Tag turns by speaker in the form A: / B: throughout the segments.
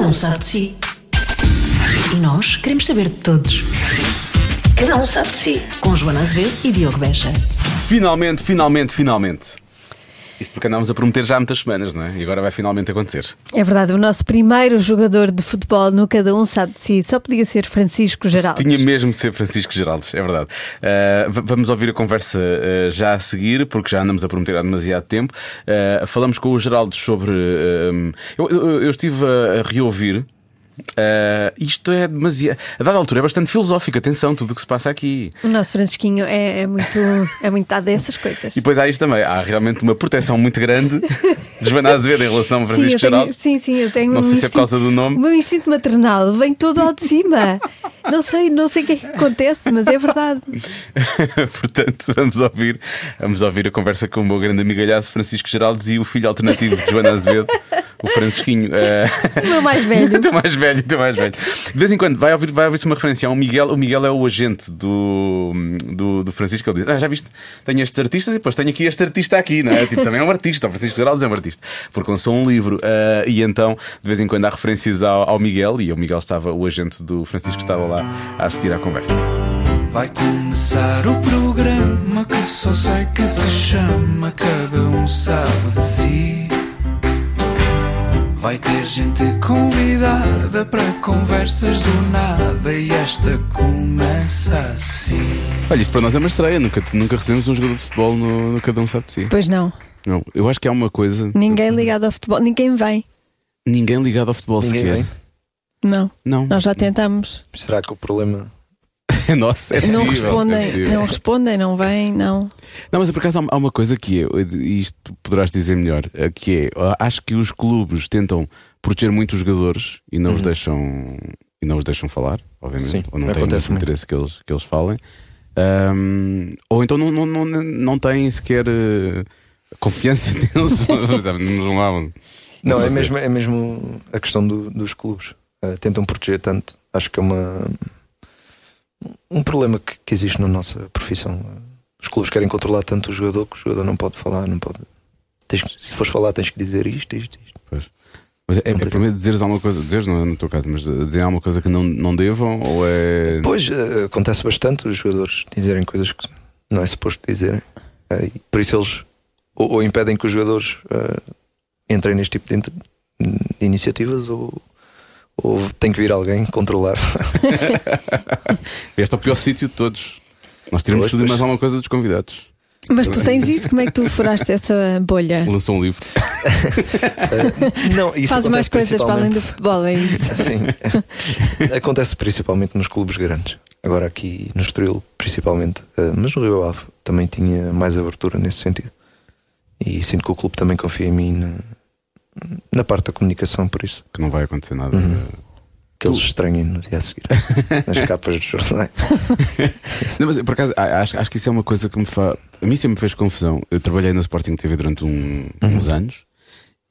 A: um sabe de si. E nós queremos saber de todos. Cada um sabe de si. Com Joana Azevedo e Diogo Beja.
B: Finalmente, finalmente, finalmente. Isto porque andámos a prometer já há muitas semanas, não é? E agora vai finalmente acontecer.
C: É verdade, o nosso primeiro jogador de futebol no Cada Um Sabe de Si só podia ser Francisco Geraldes.
B: Tinha mesmo de ser Francisco Geraldes, é verdade. Uh, v- vamos ouvir a conversa uh, já a seguir, porque já andamos a prometer há demasiado tempo. Uh, falamos com o Geraldes sobre. um, eu, eu- eu estive a, a reouvir. Uh, isto é demasiado. A dada altura é bastante filosófico, atenção, tudo o que se passa aqui.
C: O nosso Francisquinho é, é muito é muito dado a essas coisas.
B: E depois há isto também. Há realmente uma proteção muito grande de Joana Azevedo em relação a Francisco
C: sim, eu tenho,
B: Geraldes.
C: sim, sim, eu tenho
B: Não
C: um
B: sei se é por
C: instinto-
B: causa do nome.
C: O meu instinto maternal vem todo ao de cima. não sei, não sei o que é que acontece, mas é verdade.
B: Portanto, vamos ouvir, vamos ouvir a conversa com o meu grande amigalhaço Francisco Geraldes e o filho alternativo de Joana Azevedo, o Francisquinho. eh,
C: O meu mais velho.
B: Estou mais velho, estou mais velho. De vez em quando vai ouvir, vai ouvir-se uma referência. O Miguel, o Miguel é o agente do, do, do Francisco. Ele diz: Ah, já viste? Tenho estes artistas e depois tenho aqui este artista aqui, não é? Tipo, também é um artista. O Francisco Geraldes é um artista. Porque lançou um livro. Ah, e então, de vez em quando, há referências ao, ao Miguel. E o Miguel estava, o agente do Francisco, estava lá a assistir à conversa.
D: Vai começar o programa que só sei que se chama Cada um sabe de si. Vai ter gente convidada para conversas do nada e esta começa assim.
B: Olha, isto para nós é uma estreia, nunca, nunca recebemos um jogador de futebol no, no Cada Um Sabe de Si.
C: Pois não,
B: Não, eu acho que há uma coisa,
C: ninguém ligado ao futebol, ninguém vem.
B: ninguém ligado ao futebol
E: Ninguém
B: sequer.
E: vem.
C: Não,
B: Não,
C: já tentamos.
E: Será que o problema.
B: é nosso, é possível, é possível. Não.
C: respondem, não vêm, não.
B: mas por acaso há, há uma coisa que é, e isto tu poderás dizer melhor, eh, que é, ah, acho que os clubes tentam proteger muito os jogadores e não os deixam e não os deixam falar, obviamente,
E: Uhum. Sim,
B: ou não têm muito
E: acontece muito.
B: interesse que eles, que eles falem, Ahm, ou então não, não, não, não têm sequer eh, confiança neles, não um- vão
E: Não, é
B: sei dizer.
E: mesmo, é mesmo a questão do- dos clubes. Eh, tentam proteger tanto. Acho que é uma. Um problema que, que existe na nossa profissão. Os clubes querem controlar tanto o jogador que o jogador não pode falar, não pode. Tens que- se fores falar, tens que dizer isto, isto, isto.
B: Pois. Mas é, é,
E: Complicado.
B: primeiro dizeres alguma coisa, dizeres não é no teu caso, mas dizer alguma coisa que não, não devam ou é.
E: Pois, eh, acontece bastante os jogadores dizerem coisas que não é suposto dizerem. Eh, e por isso eles ou, ou impedem que os jogadores eh, entrem neste tipo de, inter- de iniciativas ou, ou tem que vir alguém controlar.
B: Este é o pior sítio de todos. Nós tiramos
E: Pois,
B: tudo e
E: pois.
B: mais alguma coisa dos convidados.
C: Mas tu tens ido? Como é que tu furaste essa bolha?
B: Lançou um livro.
E: Eh, não, isso
C: Faz
E: acontece
C: mais coisas para além do futebol, é isso?
E: principalmente- Sim. acontece principalmente nos clubes grandes. Agora aqui no Estoril, principalmente. eh, mas no Rio Ave também tinha mais abertura nesse sentido. E sinto que o clube também confia em mim na, na parte da comunicação, por isso.
B: Que não vai acontecer nada.
E: Uhum. que eles estranhem no dia a seguir nas capas dos jornais.
B: Não, mas por acaso, a- acho, acho que isso é uma coisa que me faz. A mim sempre me fez confusão. Eu trabalhei na Sporting TV durante um-
E: Uhum.
B: uns anos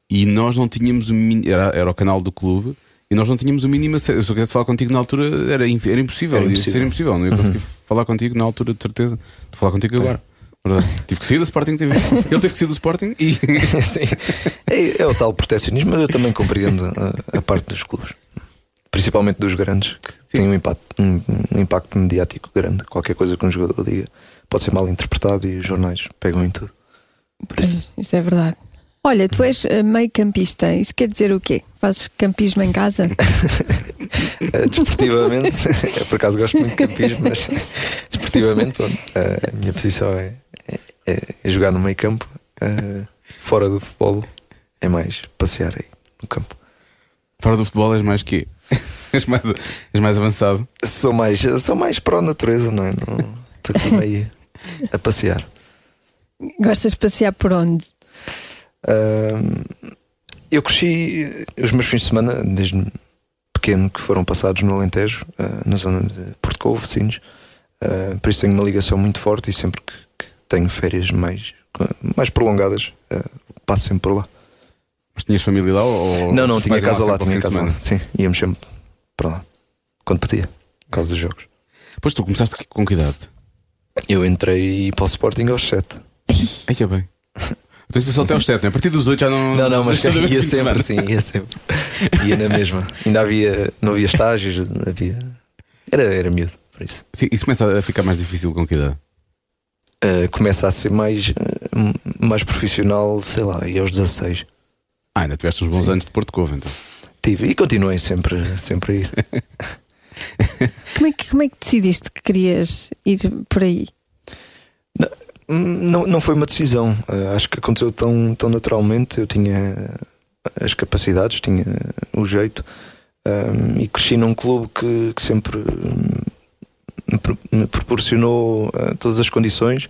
B: e nós não tínhamos. o mini- Era, era o canal do clube e nós não tínhamos o mínimo acesso. Se eu quisesse falar contigo na altura, era, in- era impossível.
E: Era
B: ia
E: impossível. Uhum.
B: ser impossível. Não ia conseguir falar contigo na altura, de certeza. Estou a falar contigo agora. Verdade. Tive que sair da Sporting TV. Ele teve que sair do Sporting e.
E: Sim. É, é o tal protecionismo, mas eu também compreendo a, a parte dos clubes, principalmente dos grandes, que têm um impacto, um, um impacto mediático grande. Qualquer coisa que um jogador diga pode ser mal interpretado e os jornais pegam em tudo. Por isso,
F: Pois, Isso é verdade.
C: Olha, tu és eh, meio campista, isso quer dizer o quê? Fazes campismo em casa?
E: eh, desportivamente, eu por acaso gosto muito de campismo, mas desportivamente, pronto, eh, a minha posição é, é- é jogar no meio campo, eh, fora do futebol, é mais passear aí no campo.
B: Fora do futebol és mais que és mais, és mais avançado.
E: Sou mais, sou mais pró-natureza, não é? Não- Estou aqui meio a passear.
C: Gostas de passear por onde?
E: Ahm, eu cresci os meus fins de semana, desde pequeno, que foram passados no Alentejo, ah, na zona de Porto Covo, Sines. Ah, por isso tenho uma ligação muito forte e sempre que, que tenho férias mais, mais prolongadas, ah, passo sempre por lá.
B: Mas tinhas família lá ou.
E: não, não,
B: os
E: tinha
B: pais iam
E: casa lá,
B: um sempre ao fim
E: tinha
B: de
E: casa
B: semana?
E: lá. Sim, íamos sempre para lá, quando podia, por causa dos jogos.
B: Pois tu começaste com que idade?
E: Eu entrei para o Sporting aos 7.
B: Ai que bem. Então isso foi só até aos 7, não é? A partir dos 8 já não. é
E: Não, não, mas
B: já fim
E: ia
B: de
E: sempre,
B: semana.
E: sim, ia sempre. Ia na mesma. Ainda havia, não havia estágios, havia. Era, era miúdo, por isso.
B: Sim, Isso começa a ficar mais difícil com que idade?
E: Ah, começa a ser mais, ah, m- mais profissional, sei lá, e aos 16.
B: Ah, ainda tiveste uns bons
E: Sim. É
B: anos de Porto Covo, então.
E: Tive, e continuei sempre, sempre a ir.
C: Como é, que, como é que decidiste que querias ir por aí?
E: Hum, Não, não foi uma decisão. Ah, acho que aconteceu tão, tão naturalmente. Eu tinha eh, as capacidades, tinha eh, o jeito. Ahm, e cresci num clube que, que sempre hum, me pro- me proporcionou ah, todas as condições.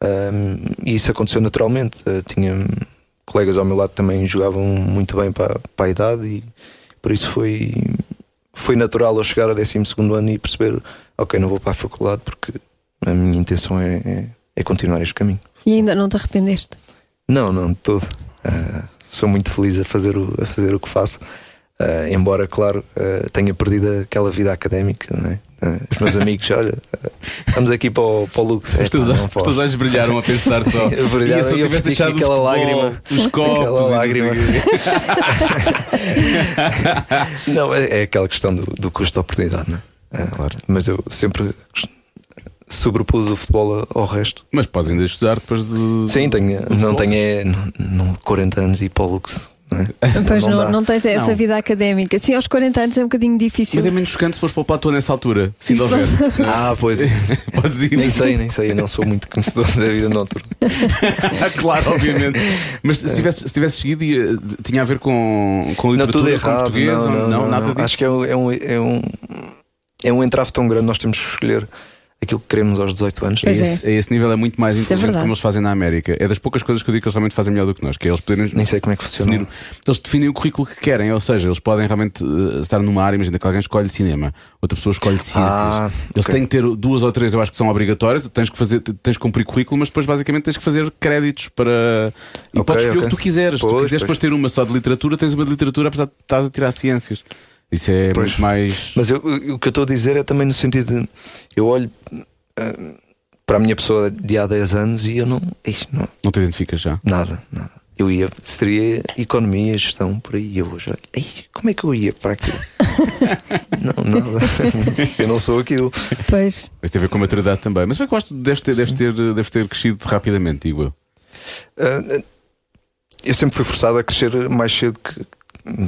E: Ahm, e isso aconteceu naturalmente. Ah, tinha hum, colegas ao meu lado que também jogavam muito bem para, para a idade. E por isso foi, foi natural eu chegar ao 12 ano e perceber: ok, não vou para a faculdade porque a minha intenção é- é é continuar este caminho.
C: E ainda não te arrependeste?
E: Não, não, de todo. Ah, sou muito feliz a fazer o, a fazer o que faço. Ah, embora, claro, ah, tenha perdido aquela vida académica, não é? Ah, os meus amigos, olha, ah, vamos aqui para o, para o Lux. É, tá,
B: Os teus,
E: Epá,
B: os teus olhos brilharam a pensar só.
E: Eu brilhava
B: Ia, se
E: e
B: eu
E: eu
B: tivesse
E: fiz
B: deixado o
E: aquela
B: futebol,
E: lágrima.
B: Os copos. e não sei o
E: lágrima.
B: quê.
E: Não, é, é aquela questão do, do custo de oportunidade, não é? Ah, Mas eu sempre sobrepus o futebol ao resto.
B: Mas podes ainda estudar depois de.
E: Sim, tenho, não
B: futebol?
E: tenho é, não, não, 40 anos e ir para o Lux. Não é?
C: Pois não,
E: dá.
C: Então não, tens essa
E: Não.
C: vida académica. Sim, aos 40 anos é um bocadinho difícil.
B: Mas é menos chocante se fores para o platô nessa altura, se ainda houver.
E: Ah, pois é.
B: Podes ir.
E: Nem sei, nem sei, eu não sou muito conhecedor da vida noturna.
B: Ah, claro, obviamente. Mas se tivesse, se tivesse seguido, ia- tinha a ver com, com
E: É.
B: literatura,
E: Não, tudo
B: com
E: errado.
B: português,
E: Não,
B: ou-
E: não, não,
B: nada
E: não.
B: disso.
E: Acho que é um, é, um, é, um, é um entrave tão grande, nós temos que escolher aquilo que queremos aos 18 anos.
B: A
C: Pois é.
B: esse, a esse nível é muito mais inteligente
C: verdade.
B: como eles fazem na América. É das poucas coisas que eu digo que eles realmente fazem melhor do que nós, que é eles poderem
E: Nem sei como é que
B: definir,
E: funciona.
B: o- eles definem o currículo que querem, ou seja, eles podem realmente eh, estar numa área, imagina que alguém escolhe cinema, outra pessoa escolhe ciências.
E: Ah,
B: eles
E: ok.
B: têm que ter duas ou três, eu acho que são obrigatórias, tens que fazer, tens que cumprir currículo, mas depois basicamente tens que fazer créditos para e
E: Ok,
B: podes escolher o
E: ok.
B: que tu quiseres. se tu
E: Pois,
B: quiseres
E: pois.
B: depois ter uma só de literatura, tens uma de literatura, apesar de estás a tirar ciências. Isso é
E: Pois.
B: muito mais.
E: Mas eu- eu- o que eu estou a dizer é também no sentido de eu olho ah, para a minha pessoa de há 10 anos e eu não. Ixi, não
B: Não te identificas já.
E: nada, nada. Eu ia, seria economia, gestão, por aí. Eu hoje, olho, ei, como é que eu ia para aquilo? não, nada. eu não sou aquilo.
C: Pois.
B: Mas tem a ver com a maturidade também. Mas bem que eu acho que deves ter, deves ter, deves ter crescido rapidamente, digo eu.
E: Uh, eu sempre fui forçado a crescer mais cedo que,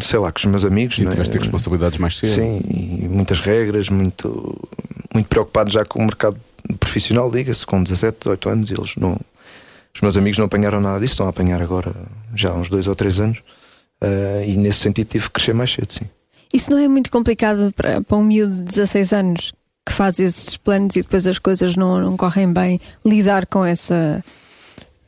E: sei lá, que os meus amigos.
B: Sim,
E: né?
B: tiveste ter responsabilidades mais cedo.
E: Sim, e muitas regras, muito, muito preocupado já com o mercado profissional, diga-se, com 17, 18 anos, eles não. Os meus amigos não apanharam nada disso, estão a apanhar agora já há uns dois ou três anos. Uh, e nesse sentido tive que crescer mais cedo, sim.
C: Isso não é muito complicado para, para um miúdo de 16 anos que faz esses planos e depois as coisas não, não correm bem, lidar com essa,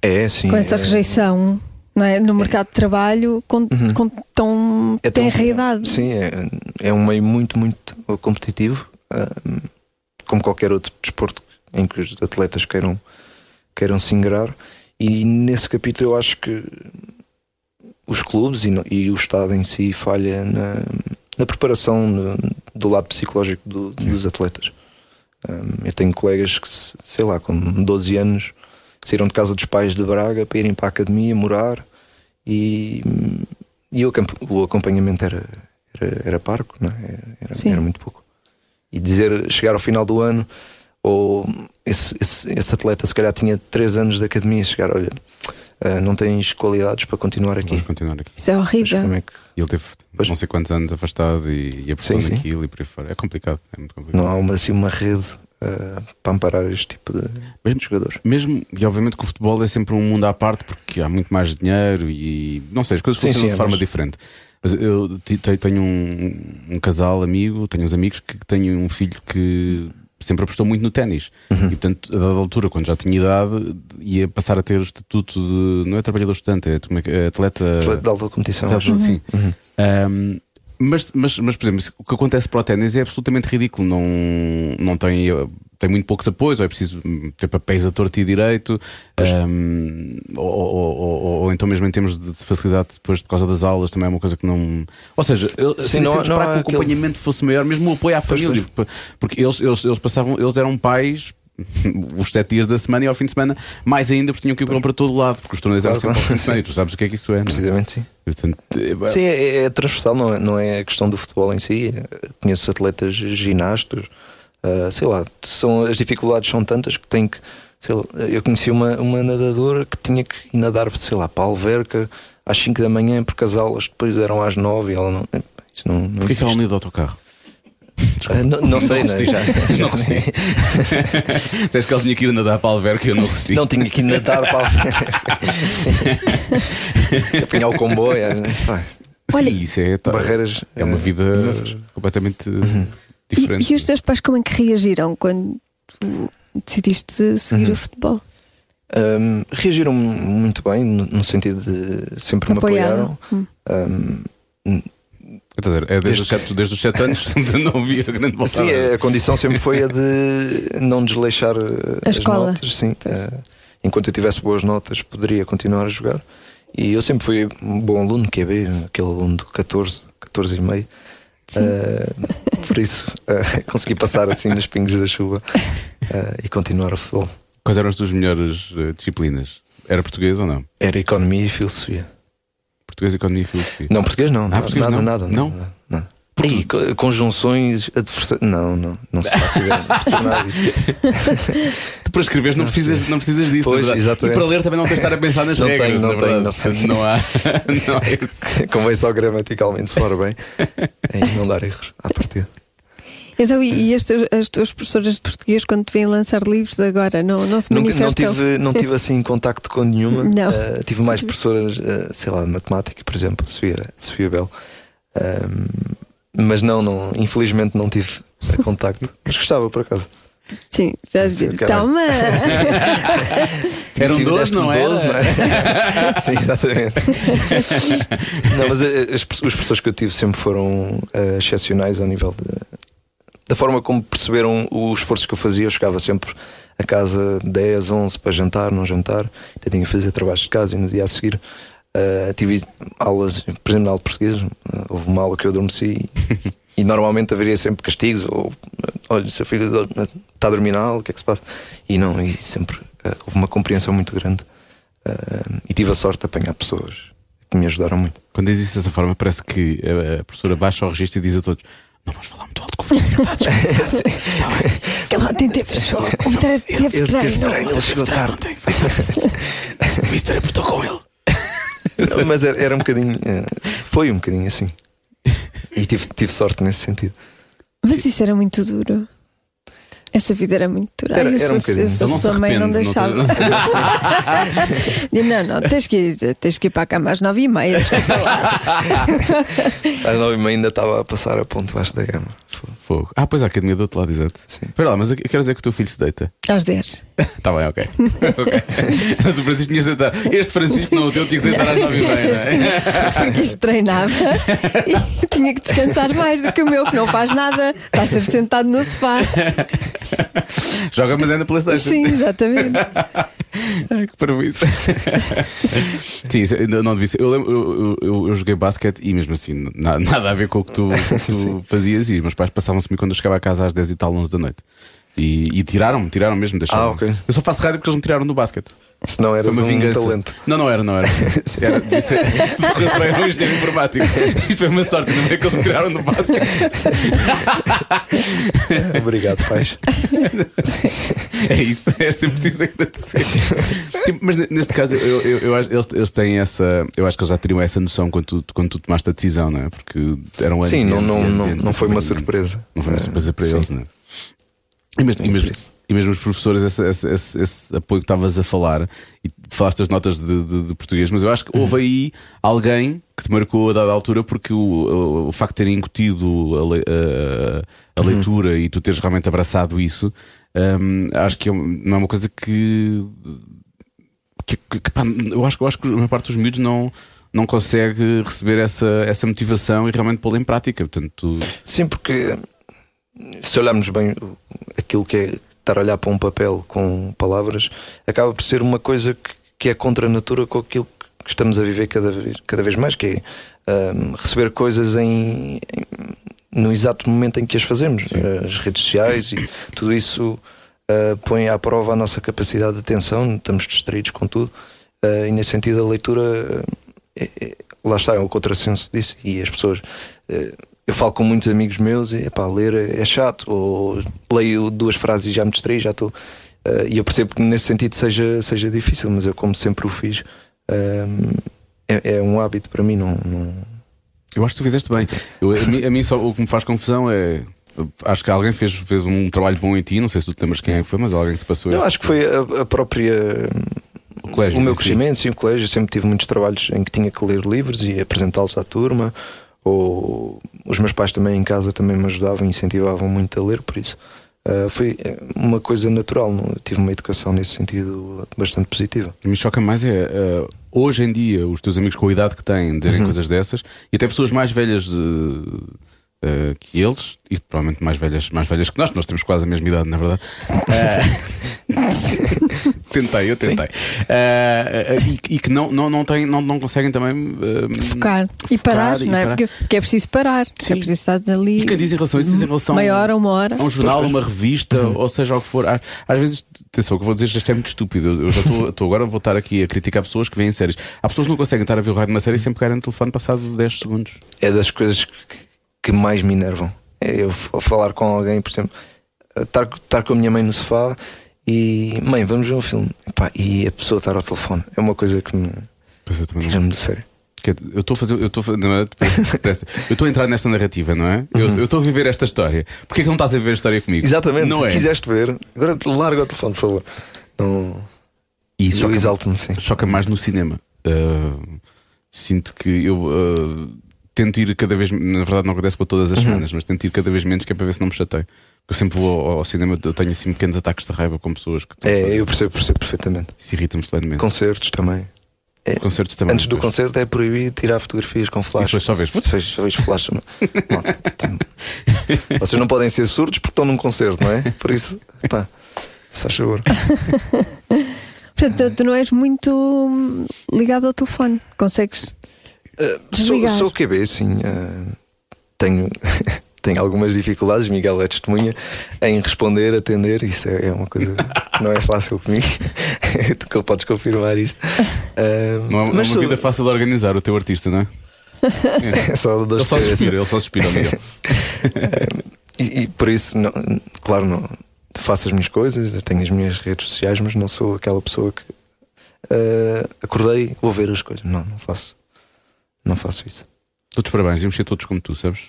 E: É, sim.
C: com essa
E: é-
C: rejeição não é? no mercado de trabalho com, com tão,
E: Uhum. É tão-
C: tenra idade.
E: Sim, é, é um meio muito, muito competitivo, hum, como qualquer outro desporto em que os atletas queiram, queiram se ingrar. E nesse capítulo eu acho que os clubes e, no- e o Estado em si falha na, na preparação no- do lado psicológico do- dos atletas. Hum, eu tenho colegas que, se- sei lá, com 12 anos saíram de casa dos pais de Braga para irem para a academia morar e, hum, e o, acamp- o acompanhamento era, era, era parco, não é? Era- era,
C: Sim.
E: era muito pouco. E dizer, chegar ao final do ano, ou esse, esse, esse atleta se calhar tinha 3 anos de academia, chegar, olha, ah, não tens qualidades para continuar aqui.
B: Vamos continuar aqui.
C: Isso é
E: Mas
C: horrível.
E: como é que
B: E ele teve
E: Pois.
B: não sei quantos anos afastado e, e apostou
E: Sim, sim.
B: naquilo e por aí fora. É complicado, é muito complicado.
E: não há uma, assim, uma rede ah, para amparar este tipo de,
B: Mas-
E: de jogador?
B: Mesmo, e obviamente que o futebol é sempre um mundo à parte porque há muito mais dinheiro e não sei, as coisas
E: Sim,
B: funcionam
E: sim,
B: de forma
E: mas-
B: diferente. Mas eu te- te- tenho um, um casal amigo, tenho uns amigos que têm um filho que sempre apostou muito no ténis
E: Uhum.
B: e, portanto, a dada altura, quando já tinha idade, ia passar a ter o estatuto de não é trabalhador estudante, é, como é que- é atleta.
E: Atleta de alta competição.
B: Sabes, sim.
E: Uhum.
B: Um, mas, mas, mas, por exemplo, o que acontece para o ténis é absolutamente ridículo. Não, não tem, tem muito poucos apoios, ou é preciso hum, ter papéis a torto e direito, um, ou, ou- ou- ou- ou então, mesmo em termos de facilidade, depois por causa das aulas, também é uma coisa que não. Ou seja, eu
E: Sim,
B: se-
E: não
B: se
E: há-
B: esperar
E: não há
B: que o
E: aquele-
B: acompanhamento fosse maior, mesmo o apoio à família, porque eles, eles, eles passavam, eles eram pais os sete dias da semana e ao fim de semana, mais ainda porque tinham que ir para todo lado, porque os torneios eram
E: Claro,
B: sempre ao fim de
E: claro.
B: semana e tu sabes o que é que isso é. não é?
E: Precisamente, sim.
B: Portanto, eh,
E: Sim, é, é transversal, não é, não é a questão do futebol em si. Conheço atletas ginastas, ah, sei lá, são, as dificuldades são tantas que tem que. Sei lá, eu conheci uma, uma nadadora que tinha que ir nadar, sei lá, para a alverca às 5 da manhã, porque as aulas depois eram às 9 e ela não. Isso não, não
B: Porquê que
E: existe.
B: ela uniu do autocarro?
E: Ah, não, não sei,
B: Não
E: né?
B: resisti.
E: Já, já-
B: Não resisti. Disseste que ela tinha que ir nadar para Alverca e eu não resisti.
E: Não tinha que ir nadar para a alverca. Sim. Apanhar o comboio. é, pá,
C: Olha-
B: Sim, isso é. tá-
E: Barreiras,
B: É uma
E: eh,
B: vida
E: imensas.
B: completamente eh,
E: Uhum.
C: E,
B: diferente.
C: e os teus pais como é que reagiram quando tu decidiste
E: Uhum.
C: seguir o futebol?
E: Um, reagiram muito bem, no, no sentido de sempre
C: Apoiaram? Hum.
E: me apoiaram. Um,
B: Quer dizer, é desde,
E: desde-
B: os sete- desde os 7 anos, portanto, não havia grande volta.
E: sim, é. a condição sempre foi a de não desleixar uh,
C: A
E: as
C: escola.
E: notas. Sim,
C: Pois.
E: Uh, enquanto eu tivesse boas notas, poderia continuar a jogar. E eu sempre fui um bom aluno, QB, aquele aluno de 14, 14 e meio. Uh, por isso uh, consegui passar assim nos pingos da chuva uh, e continuar o futebol.
B: Quais eram as tuas melhores eh, disciplinas? Era português ou não?
E: Era economia e filosofia.
B: Português, economia e filosofia.
E: Não, português não.
B: Ah, português
E: nada,
B: não.
E: nada,
B: Não?
E: nada, nada. Ei, co- conjunções, adversa... Não, não, não se faz ideia, não percebo nada disso.
B: Tu para escreveres não,
E: Não
B: precisas, não precisas disso,
E: Pois,
B: na verdade.
E: exatamente.
B: E para ler também não tens de estar a pensar nas
E: Não tenho,
B: regras,
E: não
B: na
E: tenho,
B: verdade.
E: não
B: Portanto,
E: tenho.
B: não há. não há esse-
E: Convém é só gramaticalmente, se for bem, e não dar erros à partida.
C: Então, e, e as, teus- as tuas professoras de português quando te vêm lançar livros agora não, não se
E: Nunca, não,
C: manifestam?
E: tive, não tive assim contacto com nenhuma.
C: Não.
E: Eh, tive mais professoras, eh, sei lá, de matemática, por exemplo, Sofia, Sofia Bel. Ahm, mas não, não, infelizmente não tive eh, contacto. Mas gostava, por acaso.
C: Sim, já
E: Sim, caralho.
C: Toma!
B: Eram
E: Tive-
B: 12,
E: deste-me
B: não era?
E: 12, é? Sim, exatamente. não, mas eh, as, pe- os professores que eu tive sempre foram eh, excepcionais ao nível de- da forma como perceberam o esforço que eu fazia. Eu chegava sempre a casa 10, 11 para jantar, não jantar. Ainda tinha que fazer trabalhos de casa e no dia a seguir. eh, tive aulas, por exemplo, na aula de português, eh, houve uma aula que eu adormeci e- e normalmente haveria sempre castigos ou olha, seu filho dor- está a dormir na aula, o que é que se passa? E não, e sempre eh, houve uma compreensão muito grande eh, e tive a sorte de apanhar pessoas que me ajudaram muito.
B: Quando diz isso dessa forma, parece que a, a professora baixa o registro e diz a todos: Não vamos falar muito alto com o Fernando, ele está descansado.
C: Aquela ontem teve show, teve
E: eu- eu-
C: treino.
E: Ele chegou tarde.
B: O Mister apertou com ele.
E: Não, mas era, era um bocadinho, eh, foi um bocadinho assim. E tive, tive sorte nesse sentido.
C: Mas isso era muito duro. Essa vida era muito dura.
E: Era-
C: Ai, eu
E: era um
C: sou-
E: bocadinho.
C: eu sou
B: Ele não se
C: sua mãe, não
B: arrepende, não
C: deixava. Não, não, tens que, ir, tens que ir para a cama às nove e meia. desculpa lá.
E: Às nove e meia ainda estava a passar a ponto baixo da gama.
B: Fogo. Ah, pois a academia do outro lado, exato.
E: Sim.
B: Espera lá, mas eu quero dizer que o teu filho se deita.
C: Às dez.
B: Está bem, ok. Ok. Mas o Francisco tinha que sentar. Este Francisco não, o teu tinha que sentar às 9 e meia, não é?
C: Porque isto treinava e tinha que descansar mais do que o meu, que não faz nada. Está sempre sentado no sofá.
B: Joga, mas é anda pela sexta.
C: Sim, exatamente.
B: Ai, que parvoíce. Sim, isso ainda não devia ser. Eu, lembro, eu, eu- eu- eu joguei basquete e mesmo assim, na- nada a ver com o que tu, que tu fazias. E meus pais passavam-se-me quando eu chegava a casa às 10 e tal, 11 da noite. E, e tiraram-me, tiraram mesmo, deixaram.
E: Ah, ok.
B: Eu só faço rádio porque eles me tiraram do basquete.
E: Se não
B: Foi
E: eras
B: uma
E: um
B: vingança.
E: talento.
B: Não, não era, não era. era disse, isso tudo correu bem, era um engenheiro informático. Isto foi uma sorte, ainda bem que eles me tiraram do basquete.
E: Obrigado, pais.
B: É isso, é sempre preciso agradecer. Sim, Tipo, mas ne- neste caso, eu, eu, eu acho, eles, eles têm essa. Eu acho que eles já teriam essa noção quando tu, quando tu tomaste a decisão, não é? Porque eram anos
E: Sim,
B: e
E: não,
B: anos e
E: não,
B: anos e
E: não,
B: anos
E: não
B: de
E: foi uma
B: acompanhamento.
E: surpresa.
B: Não foi uma
E: Eh,
B: surpresa para
E: sim.
B: eles, não é? E mesmo, e, mesmo, e mesmo os professores, esse, esse- esse- esse apoio que estavas a falar, e falaste as notas de, de- de português, mas eu acho que houve aí alguém que te marcou a dada altura, porque o, o- o facto de terem incutido a, le- a- a leitura e tu teres realmente abraçado isso, hum, acho que é um- não é uma coisa que que, que- que, pá, eu, acho, eu acho que a maior parte dos miúdos não, não consegue receber essa, essa motivação e realmente pô-la em prática. Portanto, tu-
E: Sim, porque se olharmos bem o- aquilo que é estar a olhar para um papel com palavras, acaba por ser uma coisa que, que é contra a natura com aquilo que estamos a viver cada vez, cada vez mais, que é hum, receber coisas em, em- no exato momento em que as fazemos, as redes sociais e tudo isso eh, põe à prova a nossa capacidade de atenção, estamos distraídos com tudo, eh, e nesse sentido a leitura, eh, é- é- lá está, é o contrassenso disso, e as pessoas. eh, eu falo com muitos amigos meus e epá, ler é é chato, ou leio duas frases e já me distraí, já estou. eh, e eu percebo que nesse sentido seja, seja difícil, mas eu, como sempre o fiz, ehm, é, é um hábito para mim, não, não,
B: Eu acho que tu fizeste bem. Eu- a, mim, a mim só o que me faz confusão é. Acho que alguém fez, fez um trabalho bom em ti, não sei se tu te lembras quem é que foi, mas alguém que te passou
E: Eu
B: esse
E: acho que foi a, a própria.
B: o colégio. assim,
E: o meu
B: em si.
E: crescimento, sim, o colégio. Eu sempre tive muitos trabalhos em que tinha que ler livros e apresentá-los à turma. Ou os meus pais também em casa também me ajudavam e incentivavam muito a ler, por isso ah, foi eh, uma coisa natural. não- Eu tive uma educação nesse sentido bastante positiva.
B: O que me choca mais é eh, hoje em dia os teus amigos com a idade que têm
E: Uhum.
B: dizerem coisas dessas e até pessoas mais velhas eh, eh, que eles e provavelmente mais velhas, mais velhas que nós, nós temos quase a mesma idade, na verdade. Eh, tentei, eu tentei. Eh, eh, e, e que não, não, não, têm, não, não conseguem também eh,
C: Focar e
B: focar
C: parar, não é?
B: parar.
C: Porque, porque é preciso parar, é preciso estar ali.
B: E quem diz em relação a isso, diz em relação
C: meia
B: a-
C: hora, uma hora.
B: a um jornal, uma revista, ou seja o que for. Às, às vezes, atenção, o que eu vou dizer isto é muito estúpido. Eu- Eu já estou estou agora, vou estar aqui a criticar pessoas que veem séries. Há pessoas que não conseguem estar a ver o raio de uma série sem pegarem no telefone passado 10 segundos.
E: É das coisas que, que mais me enervam. É Eu f- falar com alguém, por exemplo, eh, estar, co- estar com a minha mãe no sofá e mãe, vamos ver um filme. Epá, e a pessoa estar ao telefone. É uma coisa que me
B: Pois eu também não-
E: tira-me do sério.
B: Quer dizer, Eu estou a fazer, eu estou a fa- não é? Parece- eu estou a entrar nesta narrativa, não é? Eu eu estou a viver esta história. Porquê que não estás a viver a história comigo?
E: Exatamente,
B: não é?
E: quiseste ver. Agora larga o telefone, por favor. Não,
B: E
E: eu
B: choca-
E: exalto-me, sim.
B: choca mais no cinema. Uh, sinto que eu uh, tento ir cada vez, na verdade não acontece para todas
E: Uhum.
B: as semanas, mas tento ir cada vez menos que é para ver se não me chateio. Eu sempre vou ao, ao cinema, eu tenho assim pequenos ataques de raiva com pessoas que estão a
E: É,
B: fazer-
E: eu percebo, percebo perfeitamente.
B: se irritam-me solenemente.
E: Concertos também.
B: Concertos também.
E: Antes do
B: depois.
E: concerto é proibido tirar fotografias com flash.
B: depois só vês.
E: Vocês só vês flash. Malta, tem- Vocês não podem ser surdos porque estão num concerto, não é? Por isso, pá, só favor.
C: Portanto, tu não és muito hum, ligado ao telefone. Consegues.
E: Uh, sou,
C: Desligar.
E: sou QB, sim. uh, tenho, tenho algumas dificuldades, Miguel é testemunha, em responder, atender. Isso é, é uma coisa que não é fácil comigo. tu podes confirmar isto. Uh,
B: Não é, não é uma
E: mas sou-
B: vida fácil de organizar o teu artista, não é?
E: é só
B: Ele
E: dor de
B: só
E: cabeça.
B: suspira, ele só suspira, Miguel.
E: E, e por isso, não- claro, não, faço as minhas coisas, eu tenho as minhas redes sociais, mas não sou aquela pessoa que uh, acordei, vou ver as coisas. Não, não faço. Não faço isso.
B: Todos parabéns, íamos ser todos como tu, sabes?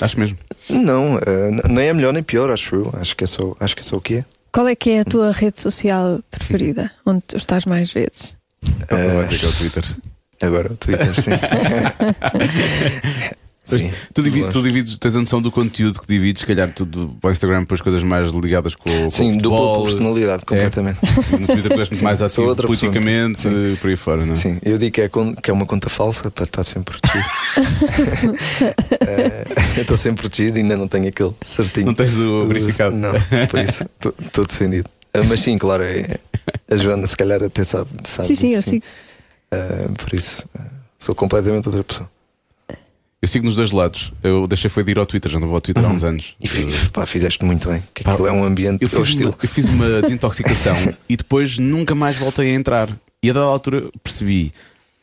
B: Acho mesmo.
E: Não, eh, n- nem é melhor nem pior, acho eu. Acho que é só, acho que é só o que é.
C: Qual é que é a tua rede social preferida? Onde tu estás mais vezes?
E: Eh,
B: Vai ter que ir ao Twitter.
E: agora o Twitter, sim. Sim.
B: Pois, tu, divides, tu divides, tens a noção do conteúdo que divides, se calhar tu do- para o Instagram pões coisas mais ligadas com, com o
E: Sim,
B: futebol, é.
E: dupla personalidade, completamente.
B: Sim, no Twitter tu és muito mais
E: sou
B: ativo
E: outra pessoa,
B: politicamente,
E: sim.
B: por aí fora, não é?
E: Sim, eu digo que é, con- que é uma conta falsa para estar sempre protegido. Eh, eu estou sempre protegido e ainda não tenho aquele certinho.
B: Não tens o verificado.
E: Uh, Não, por isso estou defendido. Eh, Mas sim, claro, é, a Joana se calhar até sabe, sabe
C: sim, sim,
E: disso,
C: eu sigo.
E: Eh, por isso, eh, sou completamente outra pessoa.
B: Eu sigo nos dois lados. Eu deixei foi de ir ao Twitter, já não vou ao Twitter há uns anos.
E: Uhum. E fi- pá, fizeste muito bem. Que aquilo é um ambiente
B: Uhum. Eu fiz,
E: hostil.
B: uma, eu fiz uma desintoxicação e depois nunca mais voltei a entrar. E a dada altura percebi.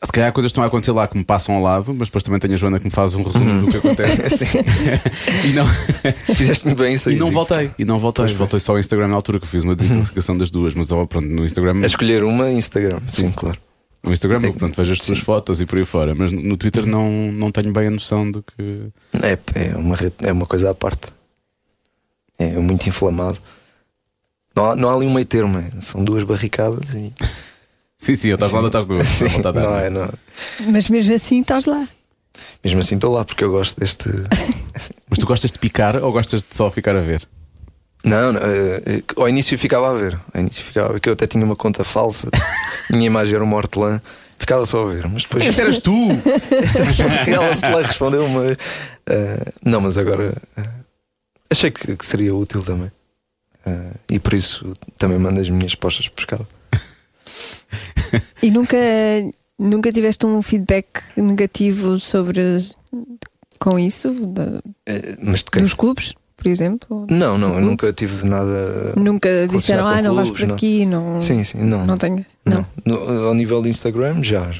B: Se calhar coisas estão a acontecer lá que me passam ao lado, mas depois também tenho a Joana que me faz um
E: Uhum.
B: resumo do que acontece. e não,
E: Fizeste muito bem isso aí.
B: E não
E: Vitor.
B: voltei, e não voltei. voltei só ao Instagram na altura que eu fiz uma desintoxicação das duas, mas ó, pronto, no Instagram,
E: A escolher uma Instagram. Sim, claro.
B: no Instagram eu, pronto, vejo as tuas fotos e por aí fora, mas no Twitter não, não tenho bem a noção do que.
E: É, é, uma, rede- é uma coisa à parte. É muito inflamado. Não há, não há ali um meio termo. é. São duas barricadas e.
B: Sim, sim, eu estás lá, estás duas.
E: Sim,
B: Sim, a
E: não é,
B: dar.
E: não.
C: Mas mesmo assim estás lá.
E: Mesmo assim estou lá porque eu gosto deste.
B: Mas tu gostas de picar ou gostas de só ficar a ver?
E: Não, não eh, eh, ao início eu ficava a ver. Ao início eu ficava a ver, que eu até tinha uma conta falsa. Minha imagem era uma hortelã. Ficava só a ver, mas depois.
B: Esse eras tu!
E: Ela lá respondeu, mas. eh, não, mas agora. eh, achei que, que seria útil também. Eh, e por isso também mando as minhas postas por escada.
C: E nunca, nunca tiveste um feedback negativo sobre. com isso? da-
E: Eh, mas de quem?
C: dos clubes? por exemplo?
E: Não, não, eu nunca tive
B: Eh,
E: nada.
C: Nunca disseram,
E: com
C: ah, não vais
E: clubes,
C: por
E: não."
C: aqui, não,
E: Sim, sim, não.
C: não tenho. Não.
E: Não. No- ao nível de Instagram, já.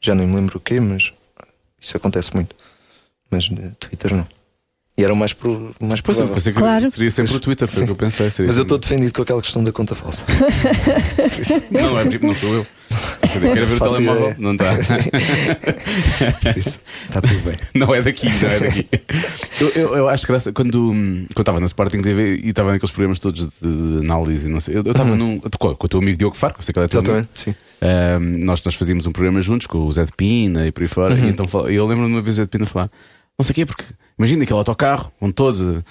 E: Já nem me lembro o quê, mas isso acontece muito. Mas eh, Twitter não. E era o mais, pro, o mais
B: Pois é,
E: provável.
B: pensei que
C: Claro.
B: seria sempre o Twitter, foi o
E: Sim.
B: que eu pensei. seria
E: Mas eu estou
B: sempre-
E: defendido com aquela questão da conta falsa.
B: Não, é tipo, não sou eu. Quero ver o
E: Faço
B: telemóvel?
E: ideia.
B: Não tá. está.
E: Por isso, está tudo bem.
B: Não é daqui, não é daqui. Eu, eu, eu acho graça, quando, hum, quando eu estava na Sporting TV e estava naqueles programas todos de, de análise, e não sei, eu eu estava num. eu tô Com, com o teu amigo Diogo Farco, sei que ele é teu amigo.
E: Exatamente, sim.
B: Ahm, nós, nós fazíamos um programa juntos com o Zé de Pina e por aí fora. E então fala- eu lembro-me uma vez o Zé de Pina falar: Não sei o quê, porque imagina aquele autocarro onde todos. eh,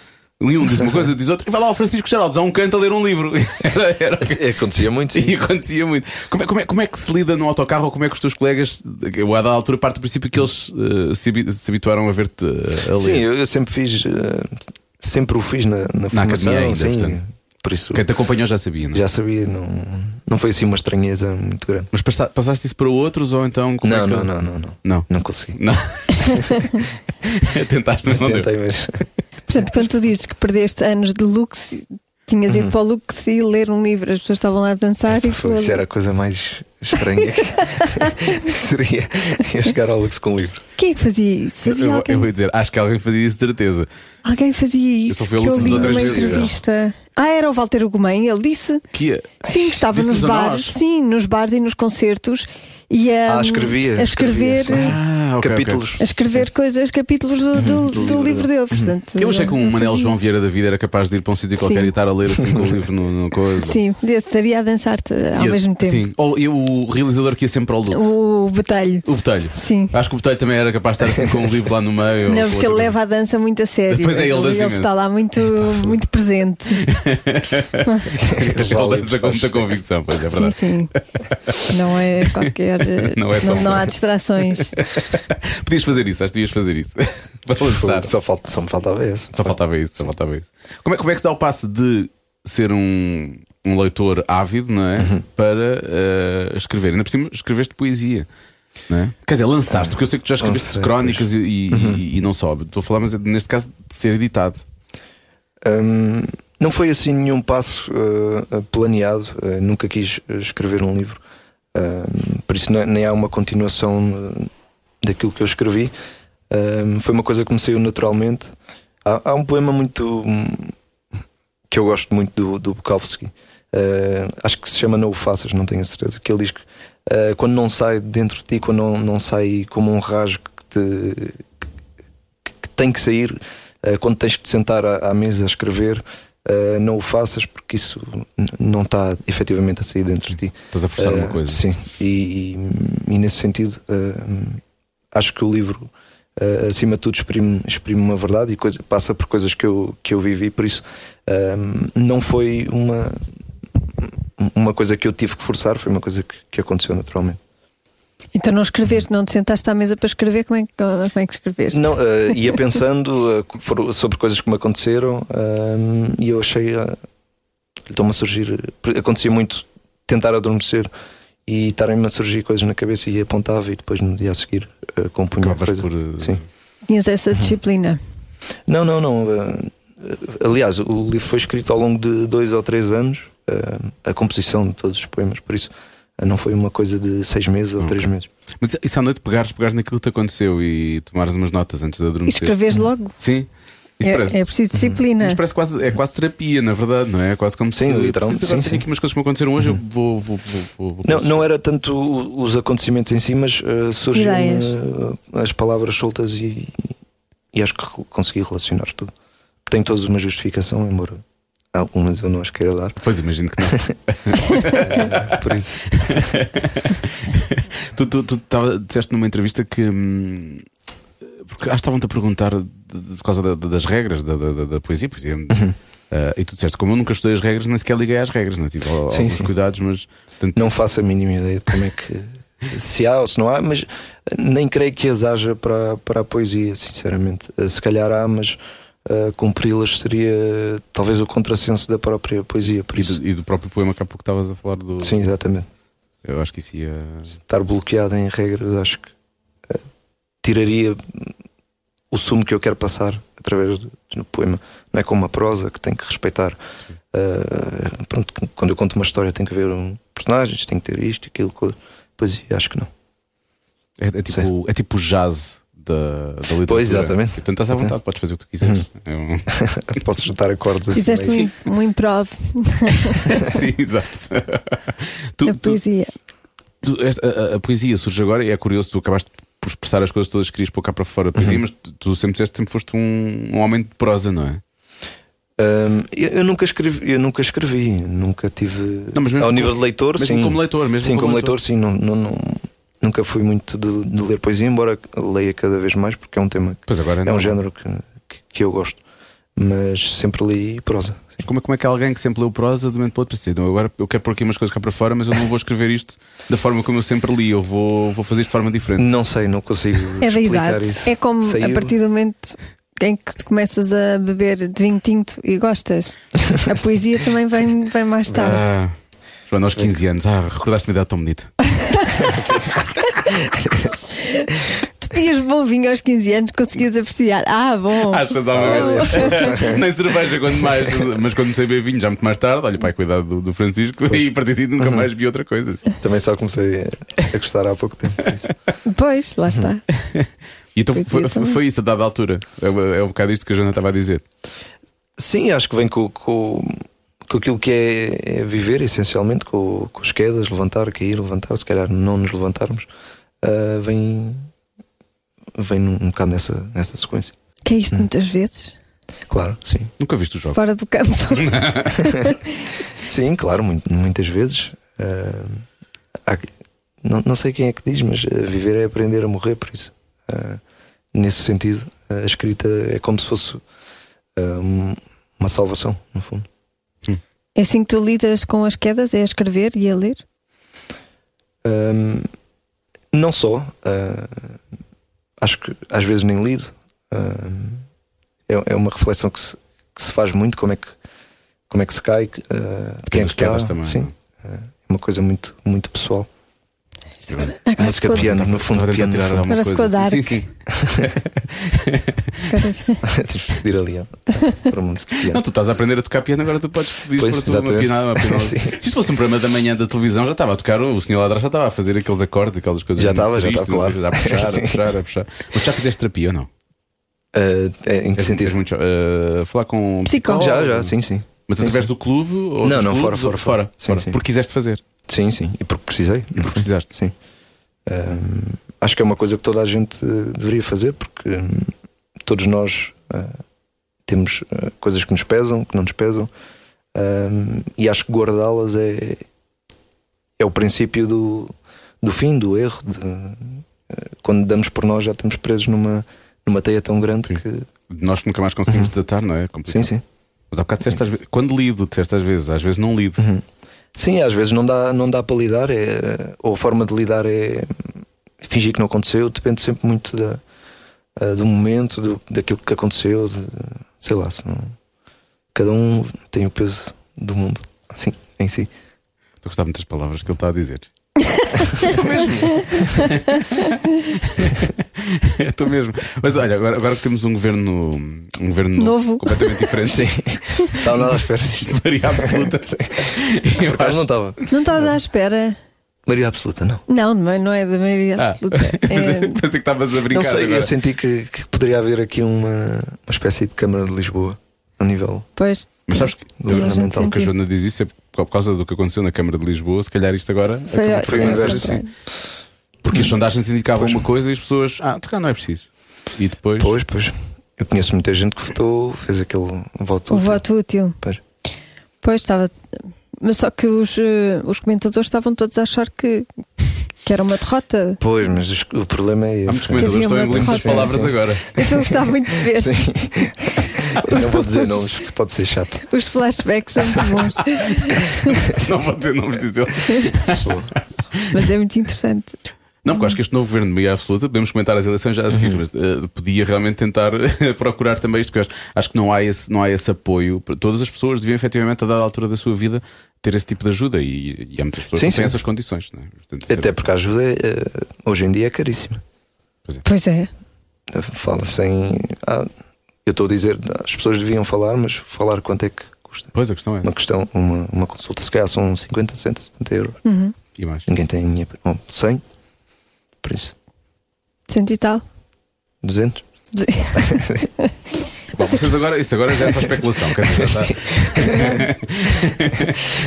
B: Um diz uma coisa, diz outra, e vai lá o Francisco Geraldes a um canto a ler um livro. Era, era o que-
E: É, acontecia muito, sim.
B: e acontecia muito. Como é, como, é, como é que se lida num autocarro ou como é que os teus colegas, eu a dada altura, parte do princípio que eles eh, se, habi- se habituaram a ver-te eh, a ler?
E: Sim, eu, eu sempre fiz, eh, sempre o fiz na, na, formação.
B: academia ainda,
E: sim.
B: portanto.
E: Por isso
B: Quem te acompanhou já sabia, não é?
E: já sabia, não, não foi assim uma estranheza muito grande.
B: Mas passa- passaste isso para outros ou então. Como
E: Não,
B: é que...
E: não, não, não, não.
B: Não.
E: Não consegui.
B: Não. Tentaste, mas
E: Mas
B: não deu.
E: tentei, mas
C: Portanto, quando tu dizes que perdeste anos de Lux, tinhas
B: Uhum.
C: ido para o Lux e ler um livro, as pessoas estavam lá a dançar e
E: foi,
C: tu-
E: isso era a coisa mais estranha que- que seria ia chegar ao Lux com um livro.
C: Quem é que fazia isso?
B: Eu,
C: Havia
B: vou-
C: alguém,
B: eu vou dizer, acho que alguém fazia isso de certeza.
C: alguém fazia
B: só
C: isso
B: fui ao
C: que eu
B: Lux
C: li
B: outras
C: numa
B: vezes, é.
C: entrevista. Ah, era o Walter Ugumem, ele disse.
B: Que é,
C: Sim, que estava
B: Disse-nos
C: nos
B: a nós.
C: bares, sim, nos bares e nos concertos e a,
E: Ah, escrevia,
C: a escrever,
E: escrevia, sim.
B: Ah, ok, ok.
E: Capítulos.
C: a escrever coisas, capítulos do, do- do livro dele. Portanto,
B: Uhum. Eu achei que um
C: ele
B: Manel
C: fazia.
B: João Vieira da Vida era capaz de ir para um sítio qualquer
C: Sim.
B: e estar a ler assim com o livro no, no coisa.
C: Sim, desse estaria a dançar-te ao
B: E-
C: mesmo tempo.
B: Sim. Ou eu, o realizador que ia sempre ao Lux.
C: O Botelho.
B: O Botelho.
C: Sim.
B: Acho que o Botelho também era capaz de estar assim com um livro lá no meio. ou
C: Não,
B: com outra
C: porque ele
B: coisa.
C: leva a dança muito a sério.
B: Pois é, ele É dança imenso.
C: está lá muito, muito presente.
B: Ele
E: Vale,
B: dança com muita
E: faz-
B: convicção, pois é
C: Sim,
B: verdade.
C: sim. Não é qualquer. eh,
B: Não é só
C: não,
B: um
C: não há
B: dança.
C: distrações.
B: Podias fazer isso, acho que devias fazer isso. Para
E: Foi,
B: lançar.
E: Só, falta, só me faltava esse.
B: Só faltava isso, só faltava isso. Como é, como é que se dá o passo de ser um, um leitor ávido, não é?
E: Uhum.
B: Para eh, escrever. Ainda por cima, escreveste poesia. Não é? Quer dizer, lançaste, porque eu sei que tu já escreveste
E: Lancei,
B: crónicas e, e-
E: Uhum.
B: e- e não sobe. Estou a falar, mas é, neste caso, de ser editado.
E: Hum, não foi assim nenhum passo uh, planeado, uh, nunca quis escrever um livro, Um, por isso ne- nem há uma continuação uh, daquilo que eu escrevi. Um, foi uma coisa que me saiu naturalmente. Há, há um poema muito hum, que eu gosto muito do, do Bukowski, Uh, acho que se chama Não O Faças, não tenho a certeza, que ele diz que uh, quando não sai dentro de ti, quando não, não sai como um rasgo que te, que tem que sair eh, quando tens que te sentar à, à mesa a escrever. eh, não o faças porque isso n- não está efetivamente a sair dentro de ti.
B: Estás a forçar
E: Eh,
B: uma coisa.
E: Sim, e, e- e nesse sentido eh, acho que o livro, eh, acima de tudo, exprime, exprime uma verdade e coisa- passa por coisas que eu, que eu vivi, por isso eh, não foi uma, uma coisa que eu tive que forçar, foi uma coisa que, que aconteceu naturalmente.
C: Então não escreveste, não te sentaste à mesa para escrever, como é que, como é que escreveste?
E: Não, eh, ia pensando eh, co- for- sobre coisas que me aconteceram ehm, e eu achei. eh, Estão-me a surgir. porque Acontecia muito tentar adormecer e estarem-me a surgir coisas na cabeça e apontava e depois no dia a seguir eh, compunha. a
B: Acabavas
E: coisa.
B: por. eh,
E: Sim.
C: Tinhas essa disciplina.
E: Não, não, não. eh, aliás, o livro foi escrito ao longo de dois ou três anos, eh, a composição de todos os poemas, por isso eh, não foi uma coisa de seis meses ou três meses.
B: Mas e se à noite pegares, pegares naquilo que te aconteceu e tomares umas notas antes de
C: E
B: adormecer?
C: escreves logo.
B: Sim. Isso
C: É,
B: parece.
C: é preciso disciplina.
B: Mas parece quase, é quase terapia, na verdade, não é? É quase como
E: Sim,
B: se.
E: literalmente,
B: se agora
E: sim,
B: tenho
E: sim. Uhum.
B: aqui umas coisas que me aconteceram hoje, eu vou. vou, vou, vou, vou
E: Não, não era tanto o- os acontecimentos em si, mas eh, surgiam
C: Ideias.
E: eh, as palavras soltas e, e acho que re- consegui relacionar tudo. Tenho todos uma justificação, embora algumas eu não as queira dar,
B: Pois imagino que não.
E: por isso.
B: Tu, tu, tu tava- disseste numa entrevista que. hum, Porque acho que estavam-te a perguntar de- de- por causa da- da- das regras da, da, da- da poesia, poesia.
E: Uhum.
B: ah, e tu disseste, como eu nunca estudei as regras, nem sequer liguei às regras, não é? Tive al-
E: Sim,
B: alguns
E: sim.
B: cuidados, mas. portanto,
E: não faço a mínima ideia de como é que se há ou se não há, mas eh, nem creio que as haja para, para a poesia, sinceramente. Eh, Se calhar há, mas eh, cumpri-las seria eh, talvez o contrassenso da própria poesia, por
B: E
E: isso.
B: do, e do próprio poema que há pouco estavas a falar do.
E: Sim, exatamente.
B: Eu acho que isso ia.
E: estar bloqueado em regras, acho que eh, tiraria o sumo que eu quero passar através de, no poema. Não é como uma prosa que tem que respeitar. ah, pronto, quando eu conto uma história tem que haver um personagens, tem que ter isto, aquilo, coisa. Pois acho que não.
B: É, é tipo, é tipo o jazz da, da literatura.
E: Pois, exatamente. Então. Uhum.
B: Portanto, estás à vontade, podes fazer o que tu quiseres. É um-
E: Posso juntar acordes assim.
C: Fizeste
E: meio-
C: um, um improv
B: Sim, exato. Tu-
C: na
B: tu-
C: poesia.
B: tu- esta- a, a- a poesia surge agora e é curioso, tu acabaste por expressar as coisas todas que querias pôr cá para fora. a
E: Uhum.
B: Poesia, mas tu, tu sempre disseste que sempre foste um, um homem de prosa, não é?
E: Ahm, ehm, eu, eu nunca escrevi, eu nunca escrevi, nunca tive.
B: Não, mas mesmo
E: ao
B: como-
E: nível de leitor,
B: mesmo
E: sim.
B: como leitor, mesmo
E: sim,
B: como
E: como, leitor, sim. Não, não- não- nunca fui muito de, de ler poesia, embora leia cada vez mais, porque é um tema,
B: Pois agora então,
E: é
B: não.
E: um género que, que, que eu gosto. Mas sempre li prosa.
B: Mas Como é, como é que alguém que sempre leu prosa de um momento para o outro pensa, "Não, agora eu quero pôr aqui umas coisas cá para fora, mas eu não vou escrever isto da forma como eu sempre li, eu vou, vou fazer isto de forma diferente.
E: Não sei, não consigo.
C: É da
E: explicar
C: idade.
E: Isso.
C: É como
E: Saiu-
C: a partir do momento em que tu começas a beber de vinho tinto e gostas. A poesia também vem, vem mais tarde.
B: Ah, Joana, aos 15 anos, ah, recordaste-me da idade tão bonita.
C: Tu pias bom vinho aos 15 anos, conseguias apreciar. Ah,
E: Oh,
C: bom.
B: Achas alguma vez? Nem cerveja, quando mais, mas quando comecei a beber vinho, já muito mais tarde, olha, pai, cuidado do, do Francisco, e a partir daí
E: Uhum.
B: nunca mais vi outra coisa. assim.
E: Também só comecei a, a gostar há pouco tempo. isso.
C: Pois,
B: Uhum.
C: lá está.
B: E então
C: Pois
B: foi,
C: é, também.
B: foi isso a dada altura. É, é um bocado isto que a Joana estava a dizer.
E: Sim, acho que vem com, com, com aquilo que é, é viver, essencialmente, com, com as quedas, levantar, cair, levantar, se calhar não nos levantarmos, ah, vem, vem num, um bocado nessa, nessa sequência.
C: Caíste é
B: Uhum.
C: muitas vezes,
E: Claro, sim.
B: Nunca viste o jogo.
C: fora do campo.
E: Sim, claro, mu- muitas vezes. ah, há que- não, não sei quem é que diz, mas ah, viver é aprender a morrer, por isso. ah, nesse sentido, a escrita é como se fosse ah, um- uma salvação, no fundo.
C: É assim que tu lidas com as quedas, é a escrever e a ler.
E: Hum, não só. hum, acho que às vezes nem lido. Hum, é, é uma reflexão que se, que se faz muito: como é que, como é que se cai, que, hum, de quem é
B: das
E: que está.
B: quedas também,
E: Sim,
B: não
E: é uma coisa muito, muito pessoal.
C: Agora
E: Música
C: ficou-
E: piano, no fundo,
B: Estava a tentar
E: piano.
B: tirar
E: no fundo.
B: alguma
C: Agora ficou
B: coisa. Sim,
C: dark.
B: sim.
E: Tive que pedir ali ó, para a música
B: Não,
E: piano.
B: tu estás a aprender a tocar piano, agora tu podes pedir
E: Pois,
B: para tu uma
E: exatamente.
B: pianada. Uma pianada. Se
E: Sim.
B: isto fosse um programa da manhã da televisão, já estava a tocar, o senhor lá atrás já estava a fazer aqueles acordes, aquelas coisas.
E: Já
B: muito
E: estava, já
B: tristes,
E: estava,
B: assim,
E: claro.
B: já a puxar, a
E: Sim.
B: puxar, a puxar. Mas já fizeste terapia ou não?
E: Ah, é, em
B: És-
E: que
B: és
E: sentido?
B: muito, eh, falar com um
C: Psicólogo.
E: Já,
B: psicólogo?
E: já, sim, sim.
B: Mas
E: Sim,
B: através
E: sim.
B: do clube ou
E: Não,
B: dos
E: não,
B: clubes,
E: fora,
B: ou-
E: fora,
B: fora,
E: fora. Sim,
B: fora.
E: sim. Uhum.
B: Porque quiseste fazer,
E: Sim, sim. E porque precisei.
B: porque precisaste.
E: Sim. Hum, acho que é uma coisa que toda a gente eh, deveria fazer porque hum, todos nós ah, temos ah, coisas que nos pesam, que não nos pesam, hum, e acho que guardá-las é, é o princípio do, do fim, do erro. de, eh, quando damos por nós já estamos presos numa, numa teia tão grande
B: Sim.
E: que.
B: Nós que nunca mais conseguimos desatar, não é? É complicado.
E: Uhum. Sim, sim. Uhum.
B: Mas há bocado disseste, às vezes, quando lido, disseste às vezes, às vezes não lido.
E: Sim, às vezes não dá, não dá para lidar, é, ou a forma de lidar é fingir que não aconteceu, depende sempre muito da, ah, do momento, do, daquilo que aconteceu, de- sei lá, se não- cada um tem o peso do mundo, assim, em si.
B: Estou a gostar muito das palavras que ele está a dizer. Estou mesmo. Mas olha, agora, agora que temos um governo, um governo
C: Novo.
B: completamente diferente, sim.
E: Estava nada à espera disto.
B: Maria absoluta. Eu
E: Por acaso
B: acho-
E: não tá. estava.
C: Não estavas à espera.
E: Maria absoluta, não.
C: Não, não não é da maioria
B: Ah,
C: absoluta.
B: pensei,
C: É-
B: pensei que estavas a
E: Não
B: brincar.
E: sei, assim,
B: agora.
E: eu senti que, que poderia haver aqui uma, uma espécie de Câmara de Lisboa, a nível
C: Pois,
B: Mas sabes que
E: governamental.
B: o que a Joana diz isso é por causa do que aconteceu na Câmara de Lisboa. Se calhar isto agora é
C: foi,
B: como-
E: foi o
C: ao
E: inverso.
C: contrário.
B: Porque as sondagens indicavam uma coisa e as pessoas, ah, tocar não é preciso. E depois.
E: Pois, pois. Eu conheço muita gente que votou, fez aquele voto.
C: O
E: útil.
C: voto útil.
E: Pois.
C: Pois estava. Mas só que os, eh, os comentadores estavam todos a achar que, que era uma derrota.
E: Pois, mas os- o problema é
B: Há muitos
E: esse.
B: comentadores que estão
C: uma
B: engolindo as
E: derrota.
B: palavras
E: Sim, sim.
B: agora.
C: Então eu gostava muito de ver.
E: Sim. não vou dizer nomes, porque pode ser chato.
C: Os flashbacks são muito bons.
B: Não vou dizer nomes, diz ele.
C: Mas é muito interessante.
B: Não, porque acho que este novo governo de maioria absoluta, podemos comentar as eleições já a
E: Uhum.
B: seguir, mas eh, podia realmente tentar procurar também isto, porque eu acho, acho que não há, esse, não há esse apoio. Todas as pessoas deviam, efetivamente, a dada altura da sua vida, ter esse tipo de ajuda e, e há muitas pessoas
E: Sim,
B: que não têm
E: sim.
B: essas condições. Não é? Portanto,
E: Até
B: era-
E: porque a ajuda eh, hoje em dia é caríssima.
C: Pois é.
E: Fala-se em. ah, Eu estou a dizer, as pessoas deviam falar, mas falar quanto é que custa.
B: Pois a questão é.
E: Uma questão, uma, uma consulta, se calhar são 50, 60, 70 euros.
C: Hum.
B: E mais.
E: Ninguém tem dinheiro para- bom, 100, por isso,
C: Cento e tal.
E: 200.
B: Bom, vocês agora, isso agora já é só especulação. quer dizer, já tá- está-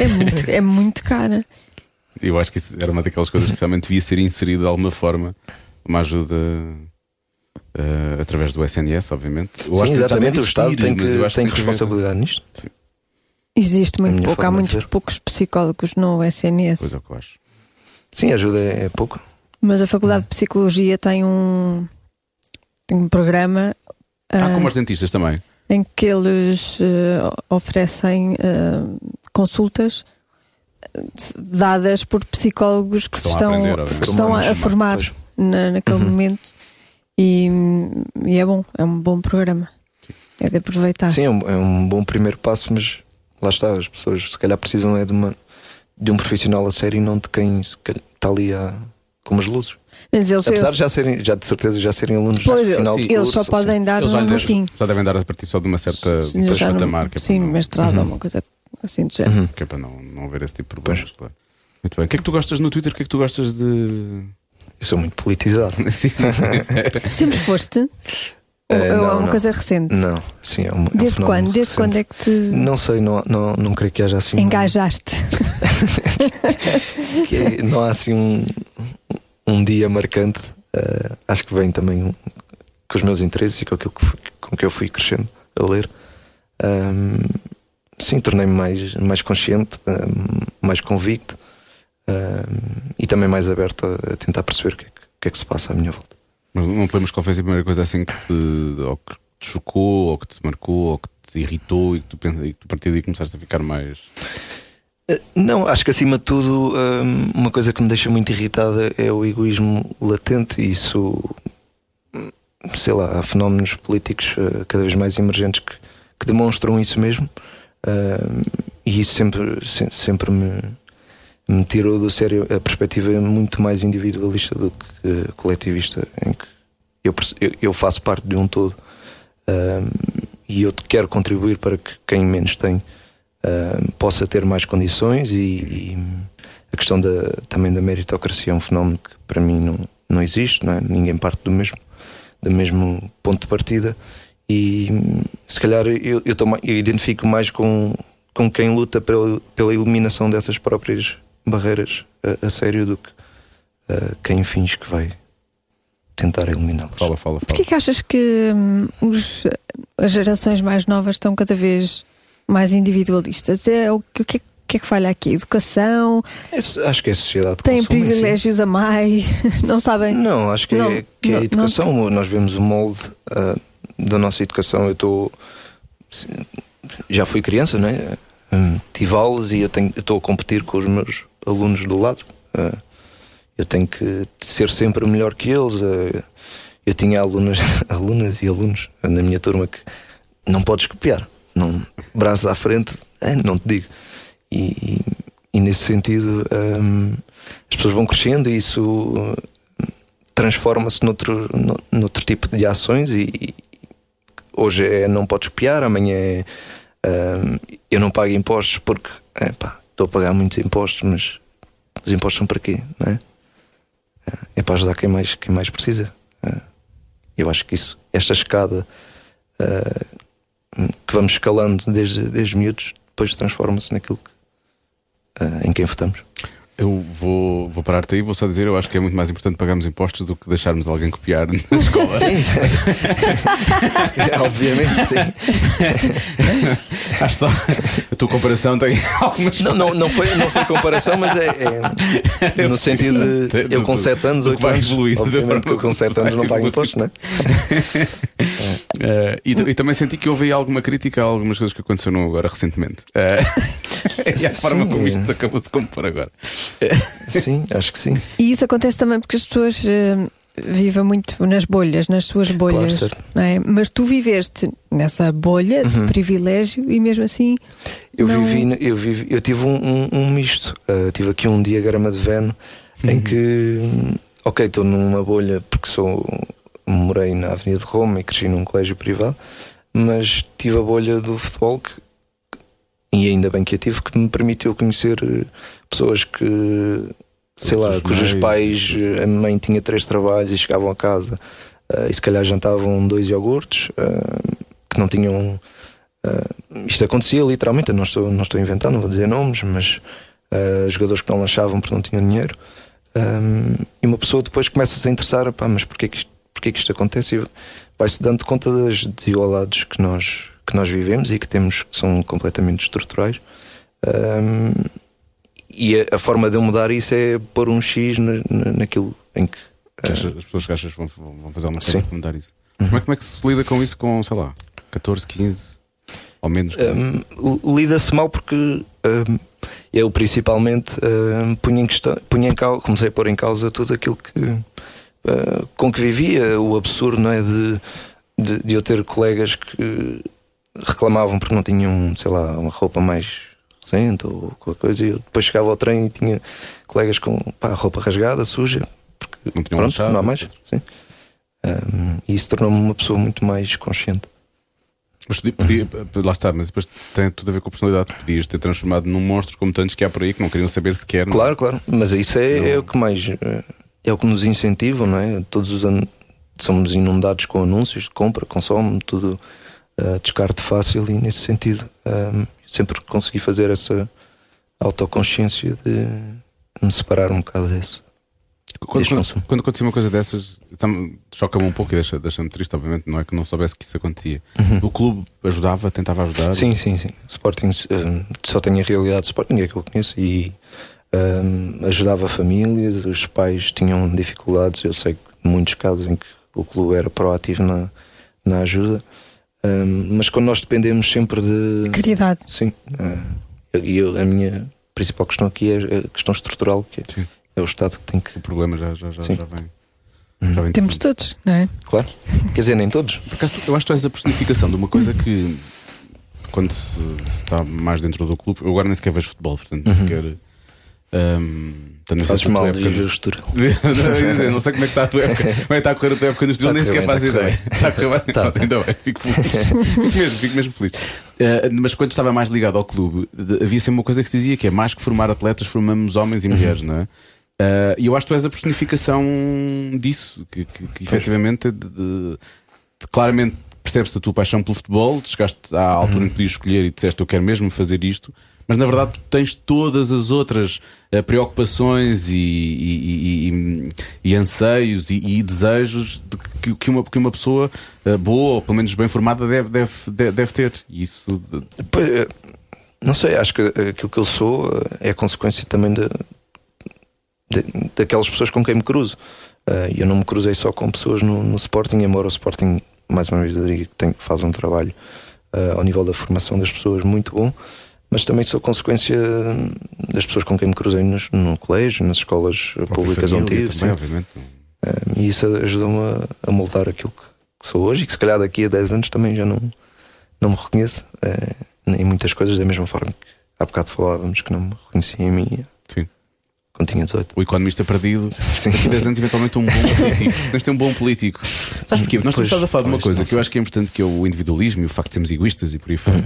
C: É muito, é muito cara.
B: Eu acho que isso era uma daquelas coisas que realmente devia ser inserida de alguma forma. Uma ajuda eh, através do SNS, obviamente. Eu acho
E: Sim,
B: que já
E: exatamente.
B: deve
E: O Estado
B: existir,
E: tem que,
B: mas eu acho
E: tem que
B: haver-
E: responsabilidade nisto.
C: Existe
E: A
C: muito
E: minha
C: pouco. Há
E: forma de
C: muitos
E: ver.
C: poucos psicólogos no
B: Pois
C: SNS.
B: é o que eu acho.
E: Sim, ajuda é pouco.
C: Mas a
E: Hum.
C: Faculdade de Psicologia tem um, tem um programa
B: Ah,
C: ah,
B: como os dentistas também.
C: em que eles eh, oferecem eh, consultas eh, dadas por psicólogos que, se
B: estão a
C: estão,
B: aprender, obviamente.
C: que se estão a, a formar
E: Pois. Uhum.
C: na- naquele momento e, e é bom, é um bom programa. É de aproveitar.
E: Sim, é um, é um bom primeiro passo, mas lá está, as pessoas se calhar precisam é de, uma, de um profissional a sério e não de quem se calhar está ali a, com umas luzes.
C: Mas eles,
E: Apesar
C: eles,
E: de já serem, já de certeza, já serem alunos
C: pois,
E: de final de
C: eles
E: curso,
C: só
E: assim.
C: podem dar
B: Eles já, lhe
C: no
B: devem-
C: fim.
B: já devem dar a partir só de uma
E: eh,
B: certa
C: Ah,
B: um
C: Sim,
B: depois
C: já
B: de
C: não-
B: marca.
C: sim, mestrado,
E: Uhum.
C: ou uma coisa assim do género.
B: é Que é para não, não haver esse tipo de problemas, claro. Muito bem. O que é que tu gostas no Twitter? O que é que tu gostas de.
E: Eu sou muito politizado.
B: Sim, sim.
C: Sempre foste?
E: Eh,
C: Ou- ou é
E: não,
C: uma
E: não.
C: coisa recente?
E: Não, sim, é um, é um
C: Desde
E: fenómeno
C: quando? Desde
E: recente.
C: quando é que te
E: Não sei, não, não, não creio que haja assim. um-
C: engajaste?
E: que não há assim um, um dia marcante. Eh, acho que vem também um- com os meus interesses e com aquilo que fui- com que eu fui crescendo a ler. Ahm, sim, tornei-me mais, mais consciente, ahm, mais convicto ahm, e também mais aberto a, a tentar perceber o que, é que, o que é que se passa à minha volta.
B: Mas não te lembras qual foi a primeira coisa assim que te, ou que te chocou, ou que te marcou, ou que te irritou e que tu, pen- e que tu a partir daí começaste a ficar mais.
E: Eh, Não, acho que acima de tudo, hum, uma coisa que me deixa muito irritada é o egoísmo latente, e isso, hum, sei lá, há fenómenos políticos eh, cada vez mais emergentes que, que demonstram isso mesmo, hum, e isso sempre, se- sempre me, me tirou do sério a perspectiva é muito mais individualista do que eh, coletivista, em que eu, perce- eu- eu faço parte de um todo hum, e eu quero contribuir para que quem menos tem uh, possa ter mais condições e, e a questão da, também da meritocracia é um fenómeno que para mim não, não existe, não é? ninguém parte do mesmo, do mesmo ponto de partida e hum, se calhar eu, eu, tô ma- eu identifico mais com, com quem luta pela, pela eliminação dessas próprias barreiras a, a sério do que uh, quem finge que vai tentar eliminá-las.
B: Fala, fala, fala.
C: Porquê que achas que hum, os- as gerações mais novas estão cada vez mais individualistas? É, o, que, o que é- o que é que falha aqui? Educação?
E: Esse- Acho que é a sociedade de
C: Têm
E: consumo, em si.
C: privilégios a mais? Não sabem?
E: Não, acho que,
C: Não,
E: é, que é
C: não,
E: a
C: não
E: educação. Nós vemos o molde ah, da nossa educação. Eu estou. Já fui criança, não é? Hum, Tive aulas e eu tenho- eu estou a competir com os meus alunos do lado. Ah, eu tenho que ser sempre melhor que eles. Ah, eu tinha alunas, alunas e alunos na minha turma que não podes copiar. Não, braços à frente, eh, não te digo. E, e nesse sentido, hum, as pessoas vão crescendo e isso transforma-se noutro, no- noutro tipo de ações e, e hoje é não podes copiar, amanhã é hum, eu não pago impostos porque epá, estou a pagar muitos impostos, mas os impostos são para quê? Não é? É para ajudar quem mais, quem mais precisa. Ah, Eu acho que isso, esta escada ah, que vamos escalando desde, desde miúdos, depois transforma-se naquilo que, ah, em quem votamos.
B: Eu vou, vou parar-te aí, vou só dizer, eu acho que é muito mais importante pagarmos impostos do que deixarmos alguém copiar na escola.
E: Obviamente, sim.
B: acho só a tua comparação tem algumas.
E: Não, não, não, foi, não foi comparação, mas é, é no sentido
B: Sim.
E: de eu com 7 anos,
B: Do que
E: 8
B: vai
E: anos,
B: evoluir, da forma
E: obviamente que eu
B: como
E: com 7 anos
B: vai
E: não pago
B: evoluir.
E: impostos, não é?
B: Eh, e, e também senti que houve aí alguma crítica a algumas coisas que aconteceram agora recentemente. Eh, e a
E: Sim,
B: forma como
E: é.
B: isto é. acabou-se como por agora.
E: Sim, acho que sim.
C: E isso acontece também porque as pessoas eh, vivem muito nas bolhas, nas suas bolhas.
E: certo. Uhum.
C: não é? Mas tu viveste nessa bolha de privilégio e mesmo assim
E: Eu
C: Não.
E: vivi, eu vivi, eu tive um, um- um misto. Ah, tive aqui um diagrama de Venn
B: Uhum.
E: em que, ok, estou numa bolha porque sou morei na Avenida de Roma e cresci num colégio privado, mas tive a bolha do futebol que, e ainda bem que a tive, que me permitiu conhecer eh, pessoas que, sei lá,
B: Outros
E: cujos
B: meios.
E: pais, eh, a mãe tinha três trabalhos e chegavam a casa eh, e se calhar jantavam dois iogurtes eh, que não tinham. eh, isto acontecia literalmente, eu não estou, não estou a inventar, não vou dizer nomes, mas eh, jogadores que não lanchavam porque não tinham dinheiro. Um, e uma pessoa depois começa a se interessar, pá, mas porquê que isto, porquê que isto acontece? E vai-se dando conta das desigualdades que nós, que nós vivemos e que temos que são completamente estruturais. Um, e a, a forma de eu mudar isso é pôr um X na- na- naquilo em que.
B: Que achas- As pessoas que achas vão, vão fazer uma
E: Sim.
B: coisa para mudar isso. Como é, como é que se lida com isso com, sei lá, 14, 15 ou menos?
E: um, l- lida-se mal porque um, eu principalmente um, punha em questão, punha em causa, comecei a pôr em causa tudo aquilo que uh, com que vivia, o absurdo não é de, de, de eu ter colegas que hum, reclamavam porque não tinham, sei lá, uma roupa mais recente ou qualquer coisa, e eu depois chegava ao trem e tinha colegas com pá, roupa rasgada, suja, porque
B: Não tinham
E: pronto,
B: lanchado,
E: não há mais. Sim. Um, e isso tornou-me uma pessoa muito mais consciente.
B: Mas tu podia- eh, lá está, mas depois tem tudo a ver com a personalidade. Podias ter transformado num monstro como tantos que há por aí que não queriam saber sequer. não é?
E: Claro, claro. Mas isso é, é o que mais. eh, É o que nos incentiva, não é? Todos os anos somos inundados com anúncios de compra, consome, tudo eh, descarte fácil e nesse sentido eh, sempre consegui fazer essa autoconsciência de me separar um bocado desse.
B: Quando,
E: Deixa
B: quando,
E: consumo.
B: quando acontecia uma coisa dessas, tam- choca-me um pouco e deixa- deixa-me triste, obviamente. Não é que não soubesse que isso acontecia. O clube ajudava, tentava ajudar.
E: Uhum. Sim, sim, sim. Sporting eh, só tem a realidade de Sporting, é que eu conheço, e eh, ajudava a família, os pais tinham dificuldades. Eu sei que muitos casos em que o clube era proativo na, na ajuda, eh, mas quando nós dependemos sempre de.
C: Caridade.
E: Sim. eh, E eu, a minha principal questão aqui é a questão estrutural, que é,
B: Sim.
E: é o Estado que tem que.
B: O problema já, já, já,
E: Sim.
B: já vem. já vem de
C: Temos
B: fundo.
C: todos, não é?
E: Claro. Quer dizer, nem todos.
B: Por acaso, tu- eu acho que tu és a personificação de uma coisa que, quando se, se está mais dentro do clube, eu agora nem sequer vejo futebol, portanto, nem sequer. hum, portanto, não sei
E: Uhum. Fazes
B: se a tua
E: mal de
B: época-
E: ver o estrutural.
B: não, eu ia dizer, não sei como é que está a tua época, como é que está a correr a tua época no estilo, nem
E: Está a
B: sequer
E: correr
B: faz
E: bem, está
B: ideia. Está
E: a
B: a correr bem? Pronto, ainda bem, fico feliz. fico, mesmo, fico mesmo feliz. Eh, mas quando estava mais ligado ao clube, de- havia sempre uma coisa que se dizia que é mais que formar atletas, formamos homens
E: Uhum.
B: e mulheres, não é? Eh, e eu acho que tu és a personificação disso, que, que, que efetivamente de- de- de- claramente percebes a tua paixão pelo futebol, chegaste à altura em que podias escolher e disseste eu quero mesmo fazer isto, mas na verdade tu tens todas as outras eh, preocupações e, e- e- e- e anseios e, e desejos de que, que uma, que uma pessoa eh, boa ou pelo menos bem formada deve, deve, de- deve ter. E isso de-
E: Pois, eh, não sei, acho que eh, aquilo que eu sou eh, é consequência também da da- daquelas pessoas com quem me cruzo. Eh, Eu não me cruzei só com pessoas no, no Sporting, embora o Sporting, mais uma vez, eu digo que tem- faz um trabalho eh, ao nível da formação das pessoas muito bom, mas também sou consequência hum, das pessoas com quem me cruzei nos- no colégio, nas escolas eh,
B: a própria
E: públicas
B: família
E: onde tive.
B: também,
E: sim.
B: obviamente.
E: Eh, E isso ajudou-me a, a moldar aquilo que, que sou hoje e que se calhar daqui a 10 anos também já não, não me reconheço eh, em muitas coisas, da mesma forma que há bocado falávamos que não me reconhecia em mim
B: Sim.
E: quando tinha 18.
B: O economista perdido
E: Sim.
B: Daqui a 10 anos, eventualmente, um bom político. Temos de ter um bom político. Sabes porquê? Nós
E: Pois,
B: temos estado a falar de uma
E: pois,
B: coisa
E: não
B: que eu
E: sei.
B: acho que é importante, que é o individualismo e o facto de sermos egoístas e por aí fora.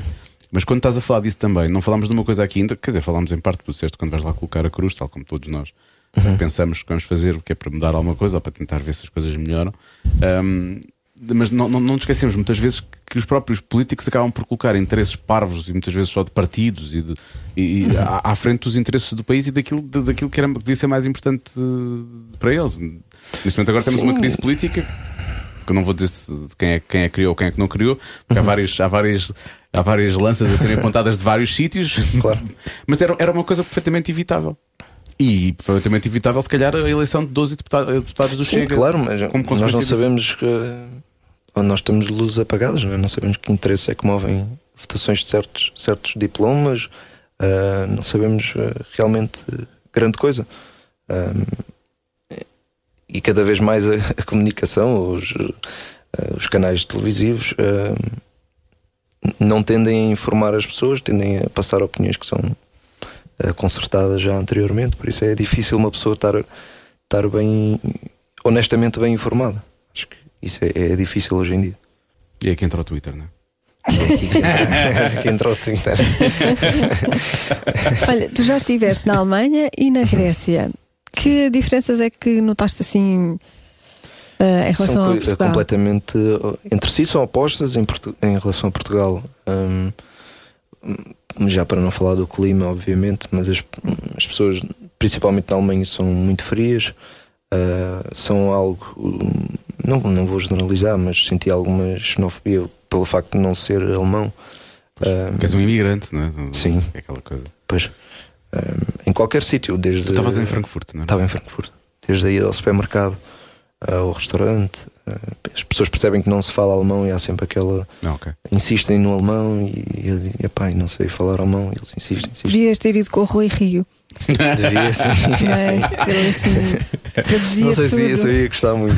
B: Mas quando estás a falar disso também, não falámos de uma coisa aqui ainda, quer dizer, falámos em parte do certo quando vais lá colocar a cruz, tal como todos nós eh, pensamos que vamos fazer, o que é para mudar alguma coisa ou para tentar ver se as coisas melhoram. Ahm, mas não, não, não nos esquecemos muitas vezes que os próprios políticos acabam por colocar interesses parvos e muitas vezes só de partidos e, de- e- e à, à frente dos interesses do país e daquilo, de- daquilo que, era, que devia ser mais importante eh, para eles. Neste momento, agora temos
E: Sim.
B: uma crise política que eu não vou dizer se- quem é, quem é que criou ou quem é que não criou, porque
E: Uhum.
B: há várias, há várias, há várias lanças a serem apontadas de vários sítios,
E: Claro.
B: mas era, era uma coisa perfeitamente evitável. E perfeitamente evitável, se calhar, a eleição de 12 deputa- eh, deputados do
E: Sim,
B: Chega.
E: claro,
B: como
E: mas nós
B: consequência
E: não
B: disso.
E: sabemos que. ou Nós temos luzes apagadas, não é? Não sabemos que interesse é que movem votações de certos, certos diplomas, ah, não sabemos ah, realmente grande coisa. Ah, e cada vez mais a, a comunicação, os, ah, os canais televisivos, ah, não tendem a informar as pessoas, tendem a passar opiniões que são ah, concertadas já anteriormente, por isso é difícil uma pessoa estar, estar bem, honestamente bem informada. Acho que isso é, é difícil hoje em dia.
B: E é que entra o Twitter, não é?
E: Acho que entrou de interno.
C: Olha, tu já estiveste na Alemanha e na Grécia. Que diferenças é que notaste assim eh, em relação
E: São
C: a
E: coi-
C: Portugal?
E: completamente uh, entre si são opostas em, Portu- em relação a Portugal. Hum, hum, já para não falar do clima, obviamente, mas as, as pessoas, principalmente na Alemanha, são muito frias. ah, são algo. hum, Não, não vou generalizar, mas senti alguma xenofobia pelo facto de não ser alemão. Ah,
B: Que és um imigrante, não é?
E: Sim.
B: É aquela coisa.
E: pois, ah, em qualquer sítio, desde.
B: Tu estavas em Frankfurt, não é?
E: Estava em Frankfurt. Desde aí ao supermercado, ao restaurante. eh, As pessoas percebem que não se fala alemão e há sempre aquela.
B: Não, ok.
E: insistem no alemão e eu digo, epá, eu não sei falar alemão. E eles insistem, insistem.
C: Devias ter ido com o Rui Rio.
E: Devia, sim.
C: não é? Ele assim traduzia
E: Não sei se
C: tudo.
E: ia, se eu ia gostar muito.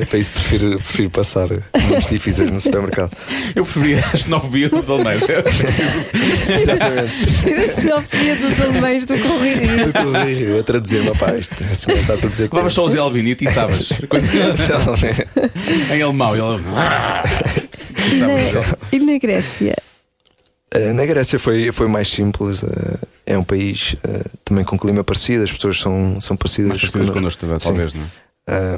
E: é para isso prefiro, prefiro passar momentos difíceis no supermercado.
B: Eu preferia as xenofobia dos alemães.
C: Ter a xenofobia dos alemães do que o Rui Rio.
E: Eu estou a rir, eu a traduzir, rapaz. Esse gajo é assim, está a traduzir.
B: Levavas só o Zé Albini e sabes.
E: Não, é.
B: em alemão, ele. "Ah",
C: E na- E na Grécia?
E: Uh, Na Grécia foi, foi mais simples. uh, É um país uh, também com clima parecido, as pessoas são, são parecidas.
B: Mais parecidas connosco,
E: Sim.
B: talvez, não é?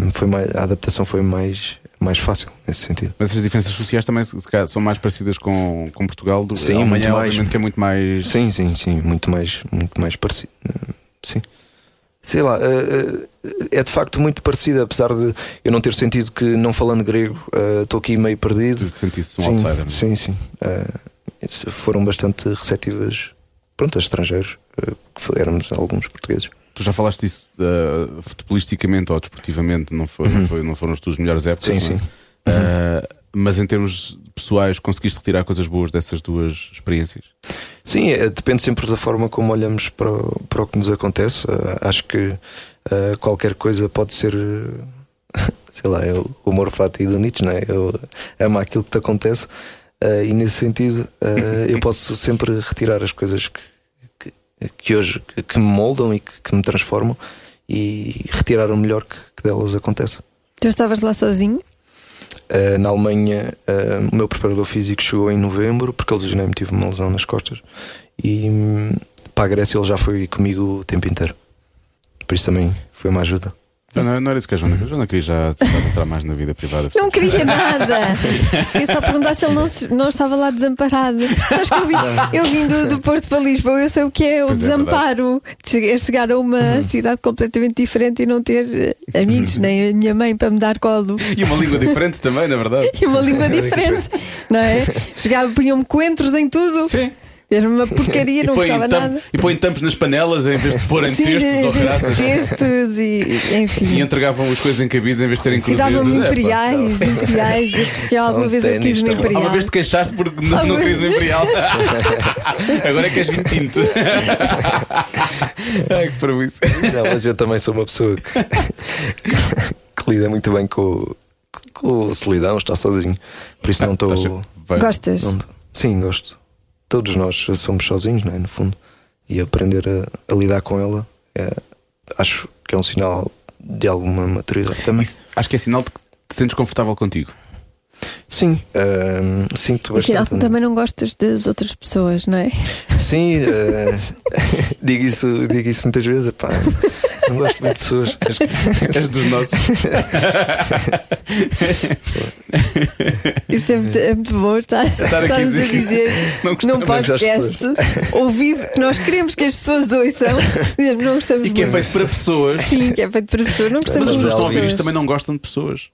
E: Um, foi mais, a adaptação foi mais, mais fácil nesse sentido.
B: Mas as diferenças sociais também se calhar, são mais parecidas com, com Portugal do
E: Sim,
B: a Alemanha,
E: muito mais.
B: obviamente que é muito mais.
E: Sim, sim, sim, muito mais, muito mais parecido. Uh, Sim. Sei lá, uh, uh, é de facto muito parecido, apesar de eu não ter sentido que, não falando grego, uh, estou aqui meio perdido.
B: Tu sentiste um
E: Sim,
B: outsider. não é?
E: Sim, sim. Uh, foram bastante receptivas, pronto, a estrangeiros, uh, que f- éramos alguns portugueses.
B: Tu já falaste disso uh, futebolisticamente ou desportivamente, não, foi, não, foi- não foram as tuas melhores épocas.
E: Uhum. Sim,
B: não é?
E: sim. Uhum.
B: Uh, mas em termos pessoais, conseguiste retirar coisas boas dessas duas experiências?
E: Sim, eh, depende sempre da forma como olhamos para o, para o que nos acontece. Eh, acho que eh, qualquer coisa pode ser, eh, sei lá, é o humor fático do Nietzsche, não é? Eu amo aquilo que te acontece eh, e nesse sentido eh, eu posso sempre retirar as coisas que, que, que hoje que, que me moldam e que, que me transformam e retirar o melhor que, que delas acontece.
C: Tu estavas lá sozinho?
E: Uh, na Alemanha, uh, o meu preparador físico chegou em novembro, porque ele me tive uma lesão nas costas. E hum, para a Grécia ele já foi comigo o tempo inteiro. Por isso também foi uma ajuda.
B: Não, não era isso que a Joana, a Joana queria já tentar entrar mais na vida privada.
C: Não queria nada. Eu só perguntar se ele não, se- não estava lá desamparado. Sabes que eu vim, eu vim do, do Porto para Lisboa, eu sei o que é o
B: Pois é, Uhum.
C: desamparo. De che- é chegar a uma cidade completamente diferente e não ter eh, amigos, nem a minha mãe para me dar colo.
B: E uma língua diferente também, na verdade.
C: E uma língua diferente, não é? Chegava, punham-me coentros em tudo.
B: Sim.
C: Era uma porcaria, não
B: põe
C: gostava
B: tamp-
C: nada.
B: e põe tampos nas panelas em vez de pôr em textos ou
C: textos,
B: graças.
C: textos e
B: E
C: enfim.
B: entregavam as coisas em cabides em vez de serem
C: E
B: cruzadas.
C: davam-me um
B: É, pá,
C: imperiais, imperiais. E alguma
E: Um
C: vez eu
E: ténis
C: quis um
E: também.
C: imperial.
B: Alguma vez te queixaste porque não, não
C: Alguma
B: querias o Imperial? Agora é que és tinto. Ai, que para isso.
E: Não, mas eu também sou uma pessoa que, que lida muito bem com, com a solidão, estar sozinho. Por isso não
B: Tá
E: estou.
C: Gostas?
E: não- Sim, gosto. Todos nós somos sozinhos, não é? No fundo. E aprender a, a lidar com ela é, acho que é um sinal de alguma maturidade também.
B: Acho que é sinal de que te sentes confortável contigo.
E: Sim, ahm, sinto
C: E sinal
E: bastante.
C: que também não gostas das outras pessoas, não é?
E: Sim, ah, digo, isso, digo isso muitas vezes. epá, não gosto muito de pessoas.
B: És dos nossos.
C: Isto é muito, é muito bom estar,
B: aqui a
C: estarmos a
B: dizer que
C: dizer
B: não
C: num
B: gostamos
E: das
C: podcast ouvido que nós queremos que as pessoas ouçam. Dizemos, não gostamos
B: E que é
C: muito.
B: feito para pessoas.
C: Sim, que é feito para pessoas. Não
B: Mas
C: gostamos
B: as pessoas
C: muito de
B: que estão a ouvir
C: pessoas.
B: isto também não gostam de pessoas.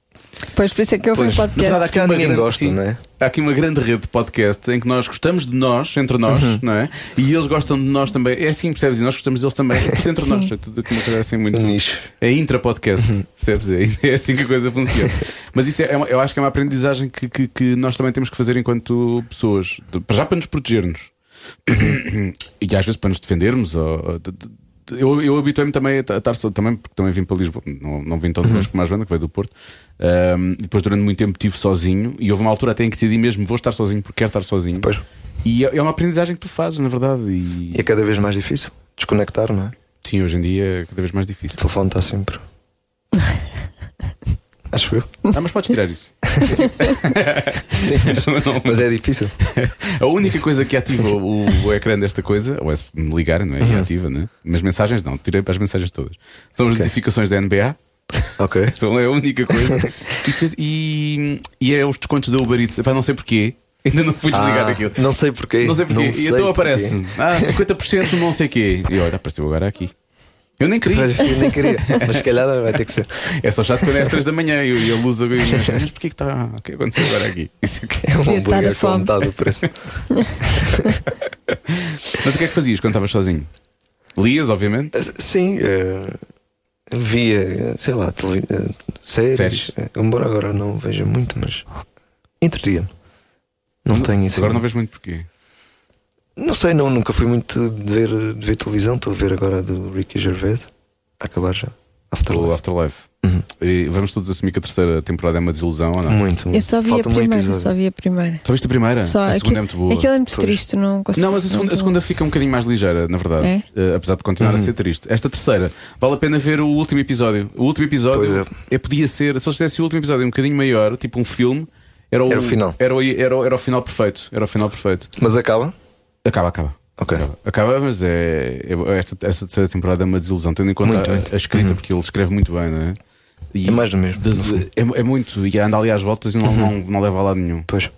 C: Pois por isso é que eu
E: Pois,
C: vejo
E: na
B: verdade,
C: podcast.
B: há uma
E: ninguém
B: grande-
E: gosta,
B: sim.
E: não é?
B: Há aqui uma grande rede de podcast em que nós gostamos de nós, entre nós,
E: Uhum.
B: não é? E eles gostam de nós também. É assim, percebes? E nós gostamos deles também, entre nós. É tudo uma coisa assim muito.
E: Um nicho.
B: É intra-podcast, percebes? É assim que a coisa funciona. Mas isso é, é uma- eu acho que é uma aprendizagem que, que- que nós também temos que fazer enquanto pessoas. De- para Já para nos protegermos. E às vezes para nos defendermos. ou- ou de- de- de- eu eu habituei-me também a ta- a estar só também, porque também vim para Lisboa. Não, não vim tão de longe como a Joana, que veio do Porto. Ahm, depois, durante muito tempo, estive sozinho. E houve uma altura até em que decidi mesmo: vou estar sozinho porque quero estar sozinho.
E: Pois.
B: E é é uma aprendizagem que tu fazes, na verdade. E,
E: E é cada vez mais difícil desconectar, não é?
B: sim, hoje em dia é cada vez mais
E: O
B: difícil.
E: telefone está sempre. Acho eu.
B: Ah, mas podes tirar isso.
E: Sim, mas,
B: Mas não-
E: mas é difícil.
B: A única coisa que ativa o, o ecrã desta coisa, ou é se me ligarem, não é? E ativa, né? Mas mensagens não, tirei para as mensagens todas. São as notificações da NBA,
E: Ok.
B: são é a única coisa. e, depois- e, e é os descontos da Uber Eats, Epá, não sei porquê, ainda não fui desligar
E: Ah,
B: aquilo.
E: Não sei porquê.
B: Não sei porquê. e então
E: porquê.
B: aparece, ah, 50% não sei quê. E olha, apareceu agora aqui. Eu nem queria.
E: Mas eu nem queria. Mas se calhar vai ter que ser.
B: É só chato quando é às 3 da manhã e eu- e a luz a Mas porquê que está. O que aconteceu agora aqui? Isso é que
E: É um
C: Devia estar a
E: hambúrguer com
C: fome.
E: metade do preço.
B: Mas o que é que fazias quando estavas sozinho? Lias, obviamente.
E: Sim, eh, via, eh, sei lá, tele, eh, séries.
B: Séries.
E: Eh, Embora agora não veja muito, mas entretinha-me. Não tenho isso.
B: Agora não vejo muito porquê.
E: Não sei, não, nunca fui muito de ver, de ver televisão. Estou a ver agora do Ricky Gervais. A acabar já.
B: O
E: Afterlife.
B: Afterlife. Uhum. E vamos todos assumir que a terceira temporada é uma desilusão ou não?
E: Muito, muito.
C: Eu só vi
E: Falta
C: a
E: um
C: primeira,
E: episódio.
C: só vi a primeira.
B: Só viste a primeira?
C: Só
B: a segunda
C: aquilo-
B: é muito boa.
C: Aquilo é muito
E: Pois.
C: triste, não consigo.
B: Não, mas a segunda, a segunda fica um bocadinho mais ligeira, na verdade.
C: É?
B: Eh, apesar de continuar a ser triste. Esta terceira, vale a pena ver o último episódio. O último episódio
E: Pois
B: é. podia ser, se eles fizessem o último episódio um bocadinho maior, tipo um filme, era o,
E: Era o final.
B: Era o, era, o- era o final perfeito. Era o final perfeito.
E: Mas acaba?
B: Acaba, acaba.
E: Ok.
B: Acaba, Acaba, mas é, é- esta, esta terceira temporada é uma desilusão, tendo em conta
E: Muito,
B: a,
E: muito. Uhum.
B: a escrita, porque ele escreve muito bem, não é? E
E: É mais do mesmo,
B: das-
E: no fundo. Uhum.
B: é, é muito, e anda ali às voltas e não, não, não leva a lado nenhum.
E: Pois.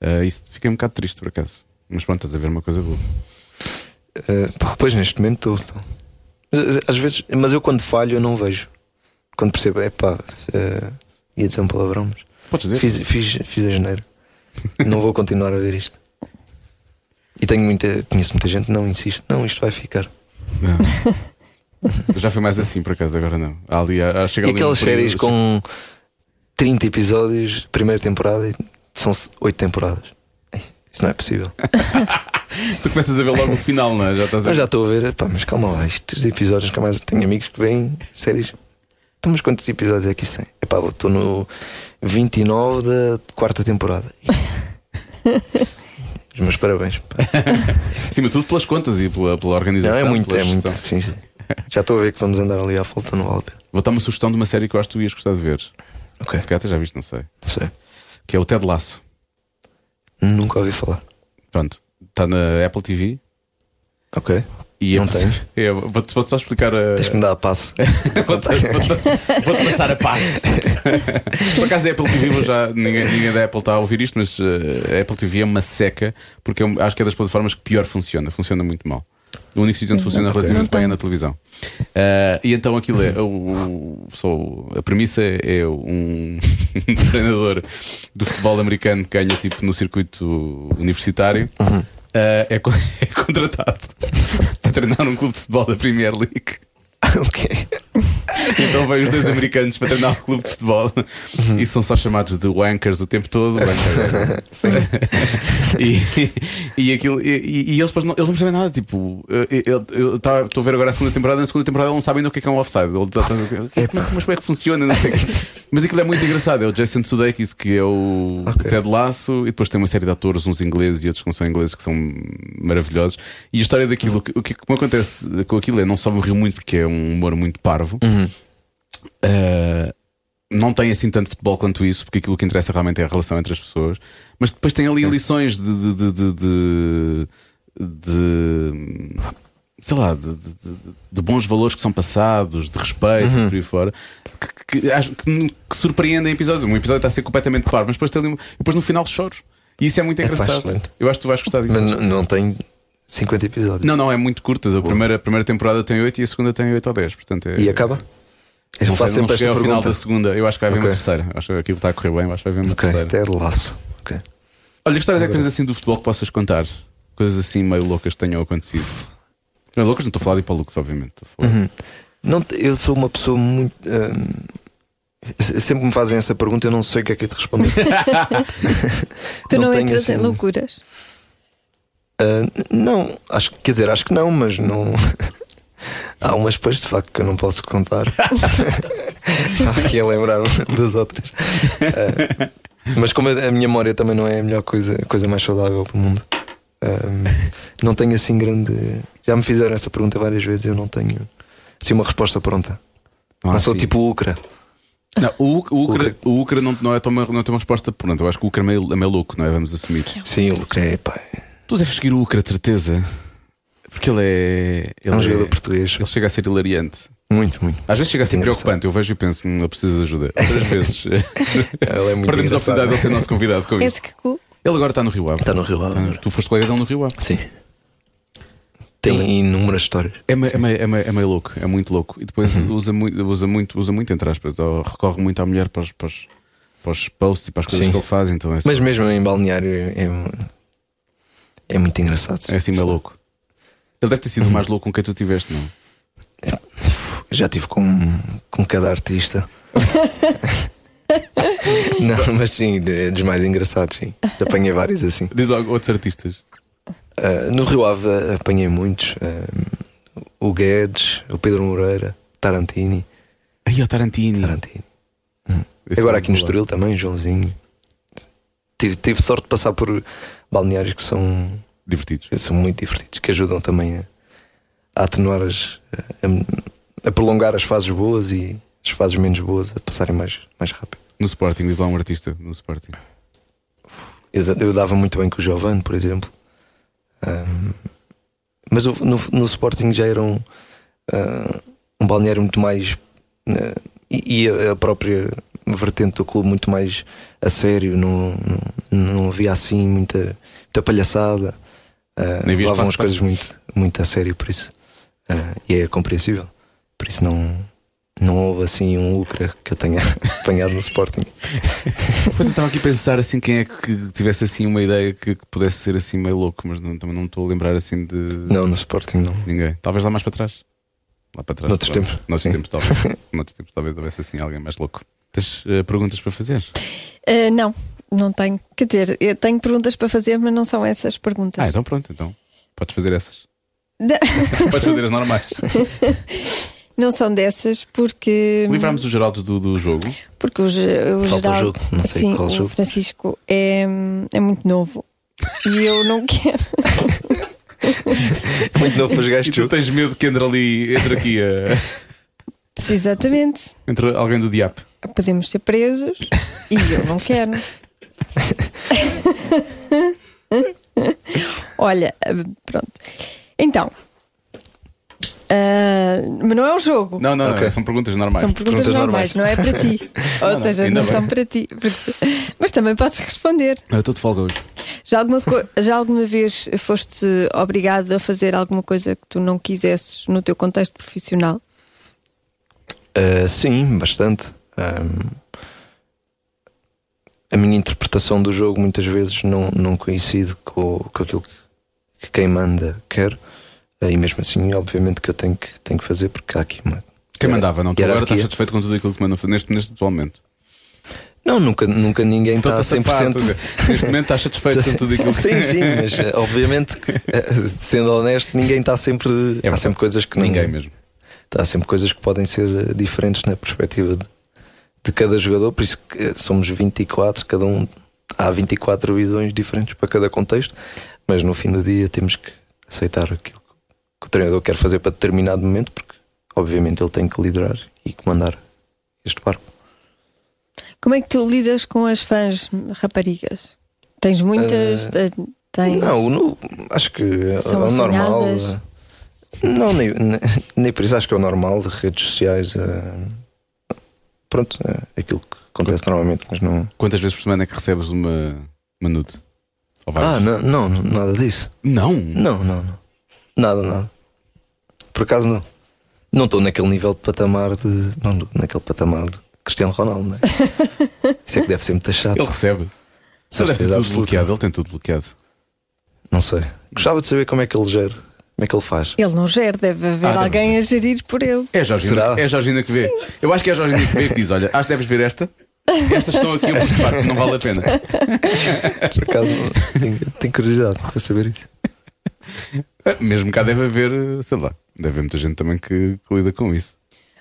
B: Ah, isso fiquei um bocado triste, por acaso. Mas pronto, estás a ver uma coisa boa.
E: Eh, pá, pois neste momento estou. estou. Mas, eh, Às vezes, mas eu quando falho eu não vejo. Quando percebo, é pá, eh, ia dizer um palavrão, mas
B: Podes dizer?
E: Fiz, fiz, fiz a janeiro. não vou continuar a ver isto. E tenho muita. Conheço muita gente, não insisto. Não, isto vai ficar.
B: Não. Eu Já foi mais assim, por acaso, agora não. Há Ali, há, há- chega
E: E
B: ali um
E: aquelas
B: período-
E: séries com 30 episódios, primeira temporada, e são 8 temporadas. Ei, Isso não é possível.
B: Tu começas a ver logo o final, não é? Já estás a
E: Eu já estou a ver, pá, mas calma lá, estes episódios que mais tenho amigos que veem séries. Então, mas quantos episódios é que isto tem? Epá, eu estou no 29 da quarta temporada. Os meus parabéns. pá.
B: Acima de tudo pelas contas e pela, pela
E: Não,
B: organização.
E: é muito,
B: pela
E: é muito.
B: gestão.
E: Sim, sim. Já estou a ver que vamos andar ali à volta no Alpe.
B: Vou dar uma sugestão de uma série que eu acho que tu ias gostar de ver.
E: Ok.
B: Se calhar até já viste, não sei.
E: Não sei.
B: Que é o Ted Lasso.
E: Nunca ouvi falar.
B: Pronto, está na Apple TV.
E: Ok.
B: E é
E: Não
B: poss- é, Vou-te vou-te só explicar a.
E: Tens que me dar a passo.
B: Vou-te vou-te- vou-te passar a passe. Por acaso a Apple TV, vou já, ninguém, ninguém da Apple está a ouvir isto, mas eh, a Apple TV é uma seca, porque é um- acho que é das plataformas que pior funciona. Funciona muito mal. O único sítio onde funciona relativamente bem é na televisão. Ah, e então aquilo é. o- o- só o- a premissa é um treinador do futebol americano que ganha tipo no circuito universitário. ah, é, con- é contratado para treinar um clube de futebol da Premier League.
E: ok.
B: Então vêm os dois americanos para treinar o clube de futebol e são só chamados de wankers o tempo todo. Wanker. e, e, aquilo, e, e eles, depois não, eles não percebem nada. Tipo, eu- eu eu estava- estou a ver agora a segunda temporada. Na segunda temporada eles não sabem ainda o que é, que é um offside. Eles já estão- o que é- como é que- mas como é que funciona? Não sei o quê. Mas aquilo é muito engraçado. É o Jason Sudeikis que é o
E: Ok.
B: Ted Lasso e depois tem uma série de atores, uns ingleses e outros que não são ingleses, que são maravilhosos. E a história daquilo, o que, o que como acontece com aquilo é não só me riu muito porque é um humor muito parvo. Uh, não tem assim tanto futebol quanto isso, porque aquilo que interessa realmente é a relação entre as pessoas. Mas depois tem
E: É.
B: ali lições de. de, de, de- de- de- sei lá, de, de- de- de bons valores que são passados, de respeito
E: Uhum.
B: e por aí fora. Que, que, acho que, que surpreendem episódios. Um episódio está a ser completamente par, mas depois, tem ali, um- depois no final choro. E isso é muito engraçado.
E: excelente.
B: Eu acho que tu vais gostar disso.
E: Mas n- não tem 50 episódios.
B: Não, não, é muito curta. A primeira, a primeira temporada tem 8 e a segunda tem 8 ou 10. Portanto, é-
E: E acaba?
B: não sei,
E: Eu faço
B: não
E: sempre
B: cheguei
E: esta
B: ao final da
E: pergunta.
B: segunda. Eu acho que vai haver uma
E: Ok.
B: terceira. Acho que aquilo está a correr bem, mas acho que vai haver uma
E: Ok,
B: terceira.
E: até de laço. Ok.
B: Olha, que histórias é que tens assim do futebol que possas contar? Coisas assim meio loucas que tenham acontecido. Não, é loucas não estou a falar de Hipólux, obviamente. Estou a falar.
E: Uhum. Não, te- eu sou uma pessoa muito. hum, se- sempre que me fazem essa pergunta, eu não sei o que é que é de responder.
C: Tu
E: Não
C: não,
E: tenho
C: entras em
E: assim-
C: loucuras.
E: Ah, não, acho que- quer dizer, acho que não, mas não. Há umas, pois, de facto, que eu não posso contar. Estava aqui a lembrar das outras. Ah, mas como a a minha memória também não é a melhor coisa, a coisa mais saudável do mundo, ah, não tenho assim grande. Já me fizeram essa pergunta várias vezes, eu não tenho assim uma resposta pronta.
B: Ah,
E: não sou
B: sim.
E: tipo Ucra.
B: Não, o, Uc- o, Ucra, o Ucra não, não, é tão, não é tão uma resposta. Portanto, eu acho que o Ucra é meio, é meio louco, não é? Vamos assumir.
E: Sim, o
B: é,
E: Lucré, pá.
B: Tu deves seguir o Ucra, de certeza. Porque ele é. Ele
E: É um jogador português.
B: Ele chega a ser hilariante.
E: Muito, muito.
B: Às vezes chega a ser
E: Engraçado.
B: preocupante. Eu vejo e penso, hum, ele precisa de ajuda. Outras vezes.
E: Ele é muito
B: Perdemos a oportunidade de ele ser nosso convidado com
C: É
B: isso.
C: de que clube?
B: Ele agora está no Rio Ave.
E: Está Tá no Rio Ave
B: Está Tá no-
E: agora.
B: Tu foste colega dele no Rio Ave.
E: Sim. Tem inúmeras histórias.
B: É, me- é, me- é, me- é meio louco, é muito louco. E depois usa, muito, usa muito, usa muito, entre aspas, ou recorre muito à mulher para os, para os, para os posts e para as coisas
E: Sim.
B: que ele faz. Então é,
E: Mas mesmo em balneário é, é muito engraçado.
B: é assim meio louco. Ele deve ter sido o mais louco com quem tu tiveste, não?
E: Já tive com, com cada artista. Não, mas sim, é dos mais engraçados, sim. Apanhei vários assim.
B: Diz logo outros artistas.
E: Ah, no Rio Ave apanhei muitos. ah, o Guedes, o Pedro Moreira, Tarantini.
B: Aí, o Tarantini.
E: Tarantini.
B: Esse
E: Agora
B: é
E: aqui no
B: muito louco.
E: Estoril também, Joãozinho. Tive, tive sorte de passar por balneários que são
B: Divertidos.
E: que são muito divertidos, que ajudam também a, a atenuar as. A, a prolongar as fases boas e as fases menos boas a passarem mais, mais rápido.
B: No Sporting, diz lá um artista no Sporting.
E: Eu, da- eu dava muito bem com o Giovanni, por exemplo. Ahm, mas houve- no, no Sporting já era um, ah, um balneário muito mais. ah, e, e a, a própria vertente do clube muito mais a sério, não, não, não havia assim muita, muita palhaçada. Ah,
B: Nem havia
E: levavam
B: espaço
E: as
B: para-
E: coisas muito, muito a sério, por isso. Ah, e é compreensível. Por isso não, não houve assim um lucra que eu tenha apanhado no Sporting.
B: Depois eu estava aqui a pensar assim quem é que tivesse assim uma ideia que, que pudesse ser assim meio louco, mas não, também não me estou a lembrar assim de
E: Não, no Sporting não.
B: ninguém. Talvez lá mais para trás. Lá para trás.
E: Noutros
B: talvez.
E: tempos.
B: Noutros
E: Sim.
B: tempos, talvez. Noutros tempos, talvez houvesse assim alguém mais louco. Tens eh, perguntas para fazer?
C: Ah, não, não tenho. Quer dizer, eu tenho perguntas para fazer, mas não são essas perguntas.
B: Ah, então pronto, então. Podes fazer essas.
C: Da-
B: Podes fazer as normais.
C: Não são dessas porque.
B: Livrámos o Geraldo do, do jogo.
C: Porque o, Ge- o
E: Falta o
C: Geraldo-
E: jogo, não sei
C: sim,
E: qual
C: o
E: jogo.
C: Francisco é, é muito novo e eu não quero.
E: Muito novo para jogar
B: E tu tens medo que entre ali, entre aqui, eh,
C: Exatamente.
B: entre alguém do Diap.
C: Podemos ser presos e eu não quero. Olha, pronto. Então, ah, mas não é um jogo.
B: Não, não,
E: Ok.
B: não, são perguntas normais.
C: São perguntas, normais, não é para ti. Ou
B: Não, não,
C: seja,
B: ainda
C: não
B: bem.
C: são para ti. Porque- Mas também podes responder.
B: Eu estou de folga hoje.
C: Já alguma, co- já alguma vez foste obrigado a fazer alguma coisa que tu não quisesses no teu contexto profissional?
E: Uh, sim, bastante. Um, a minha interpretação do jogo muitas vezes não, não coincide com, com aquilo que, que quem manda quer. Uh, e mesmo assim, obviamente, que eu tenho que, tenho que fazer porque há aqui uma.
B: Quem mandava, não? Tu agora
E: Hierarquia.
B: estás satisfeito com tudo aquilo que te mandam fazer neste, neste atual
E: Tá
B: momento.
E: Não, nunca, nunca ninguém tá está a
B: Estou-te a safar,
E: 100%.
B: estou a dizer, Neste momento estás satisfeito com tudo aquilo que
E: Sim, sim, mas uh, obviamente, que, uh, sendo honesto, ninguém está sempre. há
B: verdade.
E: sempre coisas que não-
B: É Ninguém mesmo.
E: há sempre coisas que podem ser eh, diferentes na perspectiva de, de cada jogador, por isso que eh, somos 24, cada um há 24 visões diferentes para cada contexto, mas no fim do dia temos que aceitar aquilo que o treinador quer fazer para determinado momento, porque obviamente ele tem que liderar e comandar este barco.
C: Como é que tu lidas com as fãs raparigas? Tens muitas? Te- Tens...
E: Não, no- acho que é
C: São
E: o normal.
C: assanhadas?
E: eh, Não, nem, nem- nem por isso acho que é o normal de redes sociais. eh, Pronto, é aquilo que acontece normalmente, mas não.
B: Quantas vezes por semana é que recebes uma, uma nude? Ou várias?
E: Ah, não, não, nada disso.
B: não.
E: Não, não, não. Nada, nada. Por acaso não. Não estou naquele nível de patamar de. Não, do- naquele patamar de Cristiano Ronaldo, não é? Isso é que deve ser muito achado.
B: Ele recebe. Ele deve ter tudo bloqueado. Ele tem tudo bloqueado.
E: Não sei. Gostava de saber como é que ele gera, como é que ele faz.
C: Ele não gera, deve haver
B: Ah,
C: alguém a gerir por ele.
B: É a Georgina,
E: Será?
B: é a Georgina que vê. Eu acho que é a Georgina que vê que diz: olha, acho que deves ver esta. Estas estão aqui a parte, não vale a pena.
E: Por acaso não- tenho, tenho curiosidade para saber isso.
B: Mesmo cá deve haver, eh, sei lá, deve haver muita gente também que, que lida com isso.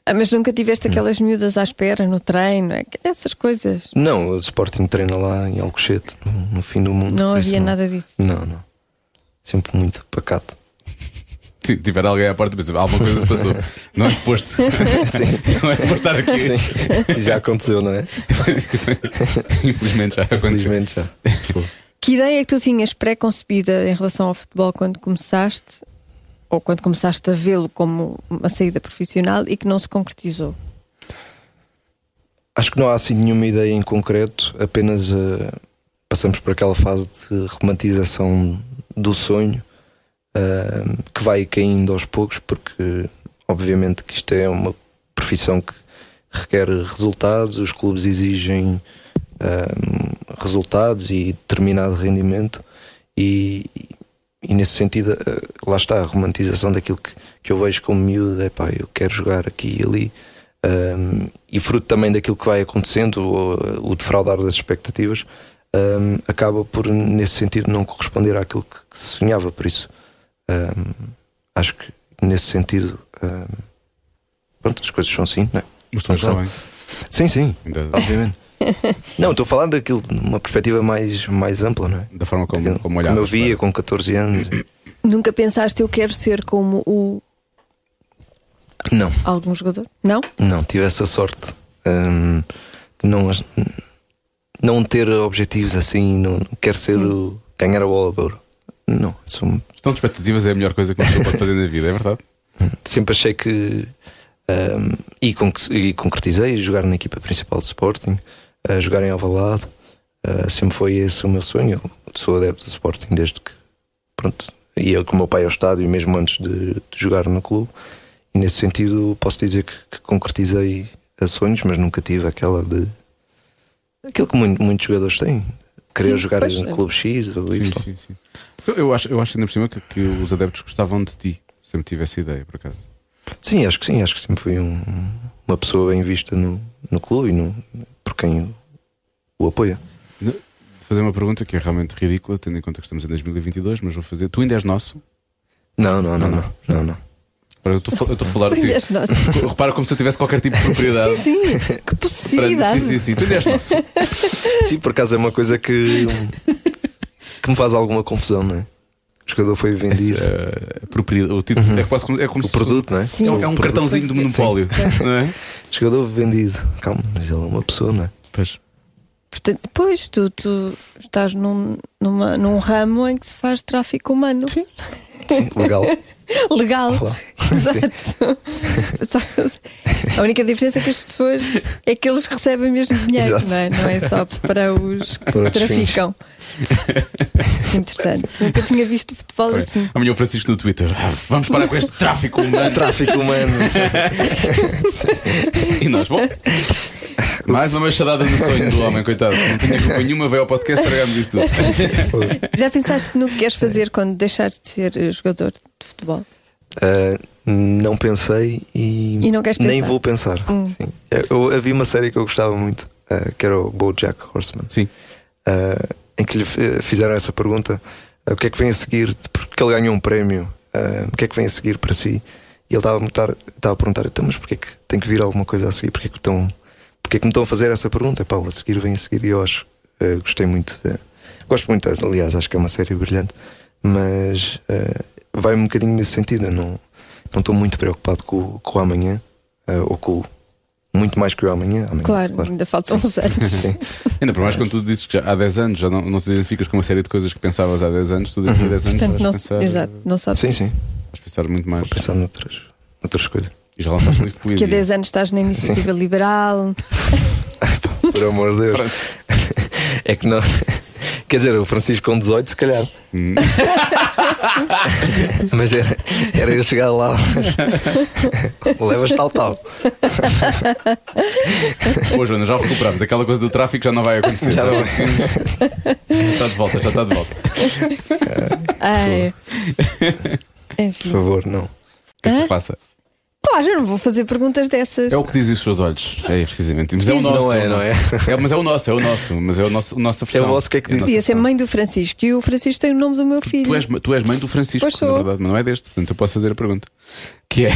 C: Ah, mas nunca tiveste aquelas miúdas à espera no treino, é que- essas coisas.
E: Não, o Sporting treina lá em Alcochete, no, no fim do mundo.
C: Não
E: por isso
C: havia nada disso.
E: Não, não. Sempre muito pacato.
B: Se tiver alguém à porta, pensa, alguma coisa se passou. Não é suposto. Não é suposto estar aqui.
E: Sim, já aconteceu, não é?
B: Infelizmente já aconteceu.
E: Felizmente já.
C: Que ideia é que tu tinhas pré-concebida em relação ao futebol quando começaste? Ou quando começaste a vê-lo como uma saída profissional e que não se concretizou?
E: Acho que não há assim nenhuma ideia em concreto, apenas eh, passamos por aquela fase de romantização do sonho eh, que vai caindo aos poucos, porque obviamente que isto é uma profissão que requer resultados, os clubes exigem eh, resultados e determinado rendimento, e, e nesse sentido, eh, lá está a romantização daquilo que, que eu vejo como miúdo: é pá, eu quero jogar aqui e ali. Um, e fruto também daquilo que vai acontecendo, o, o defraudar das expectativas, um, acaba por, nesse sentido, não corresponder àquilo que, que se sonhava. Por isso, um, acho que nesse sentido, um, pronto, as coisas são assim, não é?
B: Os tons
E: Claro.
B: sabem.
E: Sim, sim,
B: Ainda-
E: obviamente. não, estou a falar daquilo de uma perspectiva mais, mais ampla, não é?
B: Da forma como, como olhar.
E: eu via com 14 anos.
C: Nunca pensaste eu quero ser como o
E: Não.
C: algum jogador? Não?
E: Não, tive essa sorte hum, de não, não ter objetivos assim, não quero ser o, ganhar a bola de ouro. Não, sou, um-
B: Estão de expectativas é a melhor coisa que uma pessoa pode fazer na vida, é verdade?
E: sempre achei que hum, e, con- e concretizei jogar na equipa principal do Sporting, eh, jogar em Alvalade, eh, sempre foi esse o meu sonho. Eu sou adepto do Sporting desde que pronto, ia com o meu pai ao estádio mesmo antes de, de jogar no clube. E nesse sentido posso dizer que, que concretizei eh, sonhos, mas nunca tive aquela de aquilo que muito- muitos jogadores têm. Querer
C: Sim,
E: jogar
C: pois,
E: em
C: é.
E: clube X ou
B: Sim,
E: Y.
B: sim, sim. Então, eu, acho, eu acho ainda por cima que, que os adeptos gostavam de ti. Sempre tive essa ideia, por acaso.
E: Sim, acho que sim, acho que sempre fui um- uma pessoa bem vista no, no clube e no, por quem o, o apoia.
B: De fazer uma pergunta que é realmente ridícula, tendo em conta que estamos em 2022, mas vou fazer. Tu ainda és nosso?
E: Não, não, não, não. não, não,
B: Agora eu estou a- eu estou a falar
C: Tu
B: assim.
C: ainda és nosso.
B: Repara como se eu tivesse qualquer tipo de propriedade.
C: Sim, que
B: Perante-
C: possibilidade.
B: Sim, sim, sim. Tu ainda és nosso.
C: É
E: Sim, por acaso é uma coisa que, que me faz alguma confusão, não é? O jogador foi vendido.
B: Essa, eh, propriedade- o título é quase como, é como
E: Uhum. O
B: se-
E: produto, não é?
B: É,
C: Sim.
B: um- é um cartãozinho de monopólio, não é?
E: O jogador vendido. Calma, mas ele é uma pessoa, não é?
B: Pois.
C: Portanto, pois, tu, tu estás num, numa- num ramo em que se faz tráfico humano. Sim.
E: Sim, legal.
C: Legal.
E: Olá.
C: Exato. Só- A única diferença é que as pessoas é que eles recebem mesmo dinheiro,
E: Exato.
C: não é? Não é só para os que
E: Para outros fins.
C: traficam. Interessante. Nunca tinha visto futebol
B: Bem,
C: assim.
B: Amanhã o Francisco no Twitter. "Ah, Vamos parar com este tráfico humano.
E: É Tráfico humano.
B: E nós, bom. Mais uma machadada no sonho do homem, coitado. Não tinha culpa nenhuma, veio ao podcast estragar-me disso tudo.
C: Já pensaste no que queres fazer quando deixares de ser eh, jogador de futebol?
E: Ah, não pensei e,
C: E não queres
E: nem
C: pensar?
E: vou pensar.
C: Hum,
E: Sim. Eu, eu havia uma série que eu gostava muito, ah, que era o BoJack Horseman.
B: Sim.
E: ah, em que lhe fi- fizeram essa pergunta: ah, o que é que vem a seguir? Porque ele ganhou um prémio, ah, o que é que vem a seguir para si? E ele estava a, perguntar- estava a perguntar: então, mas porquê que tem que vir alguma coisa a seguir? Porquê é que, estão, porquê é que me estão a fazer essa pergunta? Pá, o a seguir vem a seguir. E eu acho, ah, gostei muito. da- gosto muito, aliás, acho que é uma série brilhante, mas ah, vai um bocadinho nesse sentido. Eu não não estou muito preocupado com, o- com o amanhã, ah, ou com o- muito mais que o amanhã. amanhã,
C: Claro, ainda faltam uns anos.
E: Sim.
B: Ainda por mais quando tu dizes que já há 10 anos já não, não te identificas com uma série de coisas que pensavas há 10 anos, tu
E: Uhum.
B: daqui a 10 anos
C: Portanto,
B: vais,
C: não,
B: pensar,
C: exato, não sabes.
E: sim, sim.
B: vais pensar muito mais.
E: Vou pensar noutras, noutras coisas.
B: E já lançaste um livro de
C: Que
B: poesia.
C: há 10 anos estás na iniciativa liberal.
E: Por amor de Deus.
B: Pronto.
E: É que não. Quer dizer, o Francisco com 18, se calhar. Mas era, era eu chegar lá. Levas tal, tal.
B: Pô, Joana, já recuperamos. Aquela coisa do tráfico já não vai acontecer.
E: Já não
B: Já está de volta, já está de volta.
C: Ai.
E: Por
C: Enfim.
E: favor, não.
B: O que é que
C: Hã?
B: faça?
C: Claro, eu não vou fazer perguntas dessas.
B: É o que dizem os seus olhos. É precisamente. Mas é o
E: Não
B: nosso.
E: é, não é?
B: Mas é o nosso, é o nosso. Mas é o nosso, a nossa versão.
E: vosso, o que é que
B: a
E: diz?
B: nossa
C: Podia ser
B: versão.
C: mãe do Francisco e o Francisco tem o nome do meu filho.
B: Tu és, tu és mãe do Francisco,
C: Pois sou.
B: na verdade, mas não é deste, portanto eu posso fazer a pergunta. Que é.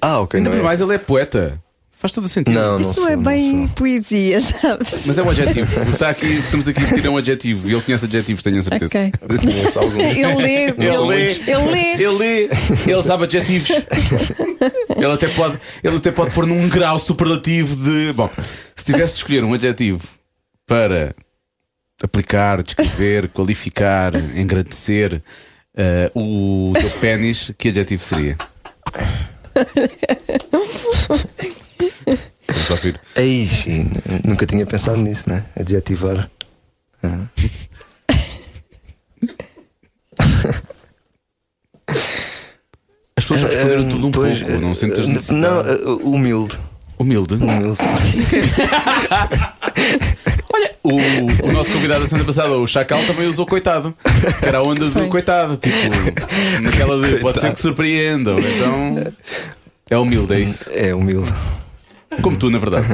E: Ah, ok,
B: Ainda
E: não
B: por
E: é
B: mais,
E: essa.
B: ele é poeta.
G: Faz todo o sentido.
E: Não,
C: Isso não é
E: sou,
C: bem
E: sou.
C: poesia, sabes?
G: Mas é um adjetivo. Está aqui, estamos aqui a pedir um adjetivo. E ele conhece adjetivos, tenho a certeza.
C: Ok.
E: Conheço alguns.
C: Ele lê, ele,
G: são
C: lê,
G: muitos.
C: ele lê.
B: Ele lê, ele sabe adjetivos. Ele até pode, ele até pode pôr num grau superlativo de. Bom, se tivesse de escolher um adjetivo para aplicar, descrever, qualificar, engrandecer eh, o teu pênis, que adjetivo seria? Vamos ouvir.
E: Ei, sim, nunca tinha pensado nisso, né? Adjetivar. Ah.
B: As pessoas já responderam tudo um
E: Eh, Pois,
G: pouco, não sentes
E: eh,
G: necessidade?
E: Não, eh, humilde.
B: Humilde.
E: Humilde.
B: O, o nosso convidado da semana passada, o Chacal, também usou coitado. Que era a onda do
C: Foi.
B: coitado, tipo, naquela de pode ser que surpreendam. Então é humilde, é isso.
E: É humilde.
B: Como tu, na verdade.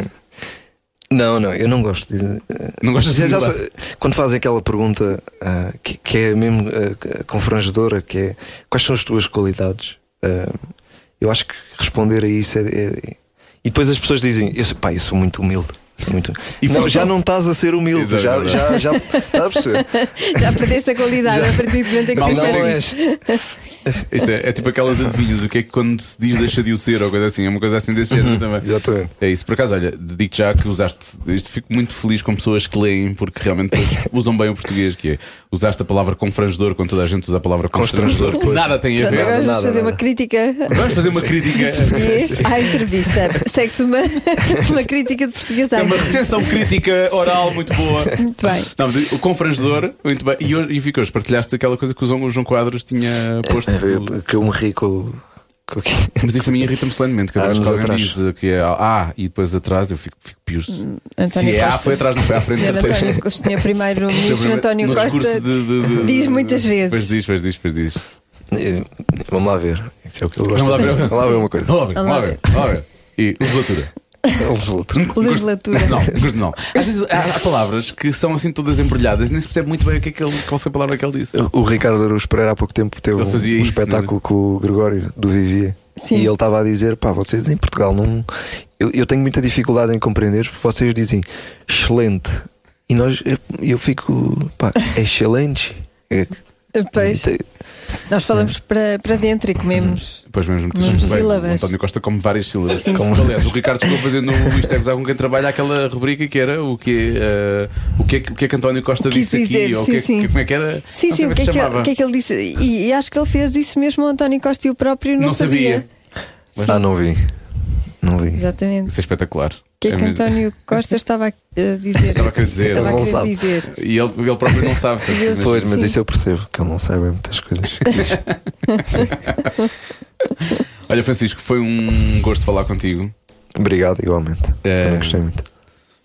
E: Não, não, eu não gosto de. eh,
B: Não gostas de
E: Já- já
B: humildade?
E: só- quando fazem aquela pergunta ah, que, que é mesmo ah, confrangedora, que é quais são as tuas qualidades? Ah, eu acho que responder a isso é. é- e depois as pessoas dizem, eu, sou- pá, eu sou muito humilde. sou muito-
B: E
E: Não,
B: foi-
E: já não estás a ser humilde,
G: Exato,
E: já,
G: exato.
E: já, já estás a perceber?
C: Já perdeste a qualidade a partir do momento em que
E: Não, não
B: é
C: disseste isso.
E: és.
B: Isto é, é tipo aquelas adivinhas, o que é que quando se diz deixa de o ser ou coisa assim, é uma coisa assim desse género também.
E: Uhum, Exatamente.
B: É isso, por acaso, olha, digo já que usaste isto, fico muito feliz com pessoas que leem, porque realmente todos usam bem o português, que é usaste a palavra confrangedor quando toda a gente usa a palavra constrangedor, que
E: Constrangedor, pois.
B: nada é. tem a
C: Pronto,
B: ver.
C: agora vamos
E: nada,
C: fazer
E: nada.
C: uma crítica
B: Vamos fazer uma crítica.
C: português à entrevista. Segue-se uma, uma crítica de português à
B: É uma
C: entrevista.
B: recensão crítica oral muito boa.
C: Muito bem.
B: Não, mas o confrangedor, muito bem. E, hoje, e Vico, hoje partilhaste aquela coisa que o João o João Quadros tinha posto.
E: Eu- Que é, eu me ri com, com aquilo.
B: Mas isso a mim irrita-me solenemente. Cada
E: Há
B: vez que
E: anos
B: alguém
E: atrás.
B: diz que é ah e depois atrás, eu fico, fico piuso.
C: Hum, António
B: Se é ah,
C: Costa.
B: foi atrás, não foi à frente, de
C: Senhor
B: certeza.
C: António, o senhor primeiro-ministro
B: Sempre
C: António
B: no
C: Costa
B: discurso de- de- de-
C: diz muitas
B: Pois
C: vezes.
B: diz, pois diz, pois diz.
E: Eh, Vamos lá ver. Isso é o que eu gosto.
B: Vamos lá ver.
E: Vamos lá ver uma coisa.
B: Vamos lá ver, vamos lá ver, vamos lá ver. E legislatura.
E: Eles outros.
C: Legislatura.
B: Não, gosto não. Às vezes há, há palavras que são assim todas embrulhadas e nem se percebe muito bem o que é que ele, qual foi a palavra que ele disse.
E: O Ricardo Araújo Pereira há pouco tempo teve
B: Ele
E: um,
B: fazia
E: um
B: isso, não
E: espetáculo com o Gregório do Vivier
C: Sim.
E: e ele estava a dizer: pá, vocês em Portugal não. Eu, eu tenho muita dificuldade em compreender porque vocês dizem excelente e nós eu, eu fico pá, excelente. É-
C: Pois,
E: te-
C: nós
B: É.
C: falamos para, para dentro e comemos.
B: Depois mesmo muitas
C: Umas
B: vezes bem,
C: sílabas.
B: o António Costa come várias sílabas.
C: Sim,
B: Como-
E: sim.
B: Aliás, o Ricardo chegou a fazer no Isto é Gozar com quem trabalha aquela rubrica que era o que é, eh, o que, é, que- o que é que António Costa
C: Quis
B: disse
C: dizer,
B: aqui, ou o
C: sim,
B: que, é que-
C: sim.
B: que- como é que era?
C: Sim,
B: Não
C: sim,
B: sei
C: o
B: como
C: que, é
B: se
C: que, ele-
B: chamava.
C: o que é que ele disse? E, e acho que ele fez isso mesmo ao António Costa e o próprio não,
B: Não sabia.
E: Ah, não vi. Não vi.
C: Exatamente.
B: Isso é espetacular.
C: O que é que
B: mesmo.
C: António Costa estava a eh, dizer?
B: Estava a querer dizer.
C: Estava a
E: Ele não
C: querer
E: sabe.
C: dizer.
B: E ele, ele próprio não sabe. portanto,
C: Deus.
B: mas-
E: Pois, mas
C: Sim.
E: isso eu percebo que ele não sabe muitas coisas.
B: Olha, Francisco, foi um gosto falar contigo.
E: Obrigado, igualmente.
B: É.
E: Também gostei muito.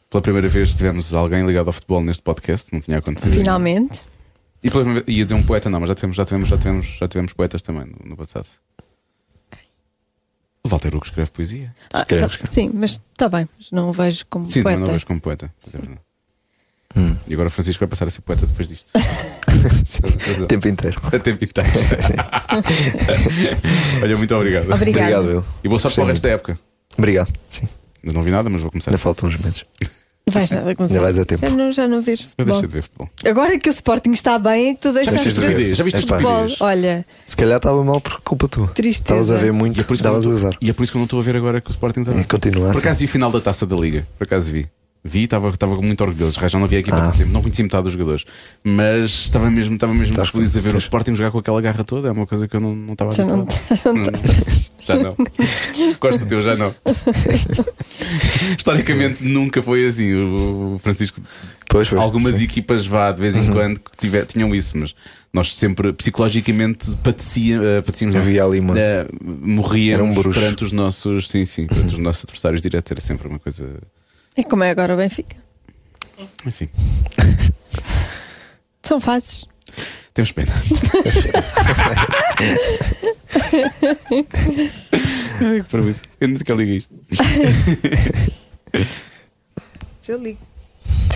B: Pela primeira vez tivemos alguém ligado ao futebol neste podcast, não tinha acontecido.
C: Finalmente.
B: E pela primeira vez, ia dizer um poeta, não, mas já tivemos, já tivemos, já tivemos, já tivemos poetas também no, no passado. O Walter Hugo escreve poesia.
C: Ah,
E: Escreves.
C: tá- sim, mas está bem, mas não o vejo como
B: Sim, também
C: Um poeta.
B: não vejo como poeta. mas é verdade.
E: Hum.
B: E agora o Francisco vai passar a ser poeta depois disto. é.
E: O tempo inteiro.
B: Até pintar. Olha, muito obrigado.
C: Obrigada.
E: Obrigado, eu.
B: E boa sorte para o resto da época.
E: Obrigado. Sim.
B: Ainda não vi nada, mas vou começar.
E: Ainda faltam uns meses.
C: Não vais nada acontecer.
E: Ainda vais a tempo.
C: Já não, já não vejo
B: Eu
C: futebol.
B: deixei de ver futebol.
C: Agora que o Sporting está bem, é que tu deixas
E: deixaste de
C: ver
E: ver.
B: Já viste
E: Epá.
C: futebol.
B: estupidez?
C: Olha,
E: Se calhar estava mal por culpa tua.
C: Tristeza.
E: Estavas a ver muito,
B: E é por isso que eu
E: estavas a
B: não
E: azar.
B: tô- E é por isso que eu não estou a ver agora que o Sporting tá- está.
E: E continua
B: Por
E: assim.
B: acaso vi o final da taça da Liga. Por acaso vi. Vi, estava estava muito orgulhoso. Já não havia equipa
E: Ah.
B: há muito tempo, não conheci metade dos jogadores. Mas estava mesmo, estava mesmo
E: Estás
B: feliz a ver o
E: contente.
B: Sporting jogar com aquela garra toda. É uma coisa que eu não, não estava
C: já não,
B: habituado.
C: já não
B: Não, Já não. Gosto do teu, já não. Historicamente nunca foi assim. O Francisco,
E: Pois, pois,
B: algumas
E: sim. Uhum.
B: equipas vá de vez em quando que tiver- tinham isso, mas nós sempre psicologicamente padecia, eh, padecíamos. não.
E: Havia ali uma-
B: Eh,
E: Era um
B: morríamos
E: bruxo.
B: perante os nossos, sim, sim, perante os nossos adversários direto. Era sempre uma coisa.
C: E como é agora o Benfica?
B: Enfim,
C: São fases.
B: temos pena. Ai, que parvoíce. Eu nem sequer ligo isto.
C: Se eu ligo.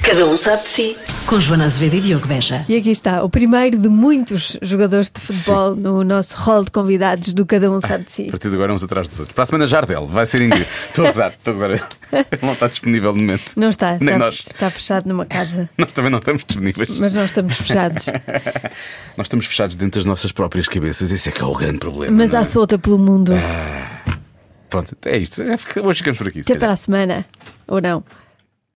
A: Cada um sabe de si. Com Joana Azevedo e Diogo Beja.
C: E aqui está, o primeiro de muitos jogadores de futebol no nosso hall de convidados do Cada Um Sabe de
B: A
C: Si.
B: partir de agora, uns atrás dos outros. Para a semana, Jardel. Vai ser incrível. Estou a gozar, estou a gozar. Ele não está disponível no momento.
C: Não está,
B: Nem
C: está,
B: nós.
C: está fechado numa casa,
B: Nós também não estamos disponíveis.
C: mas nós estamos fechados.
B: Nós estamos fechados dentro das nossas próprias cabeças. Esse é que é o grande problema.
C: Mas
B: não Ah, é?
C: à solta pelo mundo.
B: Pronto, é isto. É, fica- Hoje ficamos por aqui. se
C: Até para
B: calhar.
C: a semana, ou não?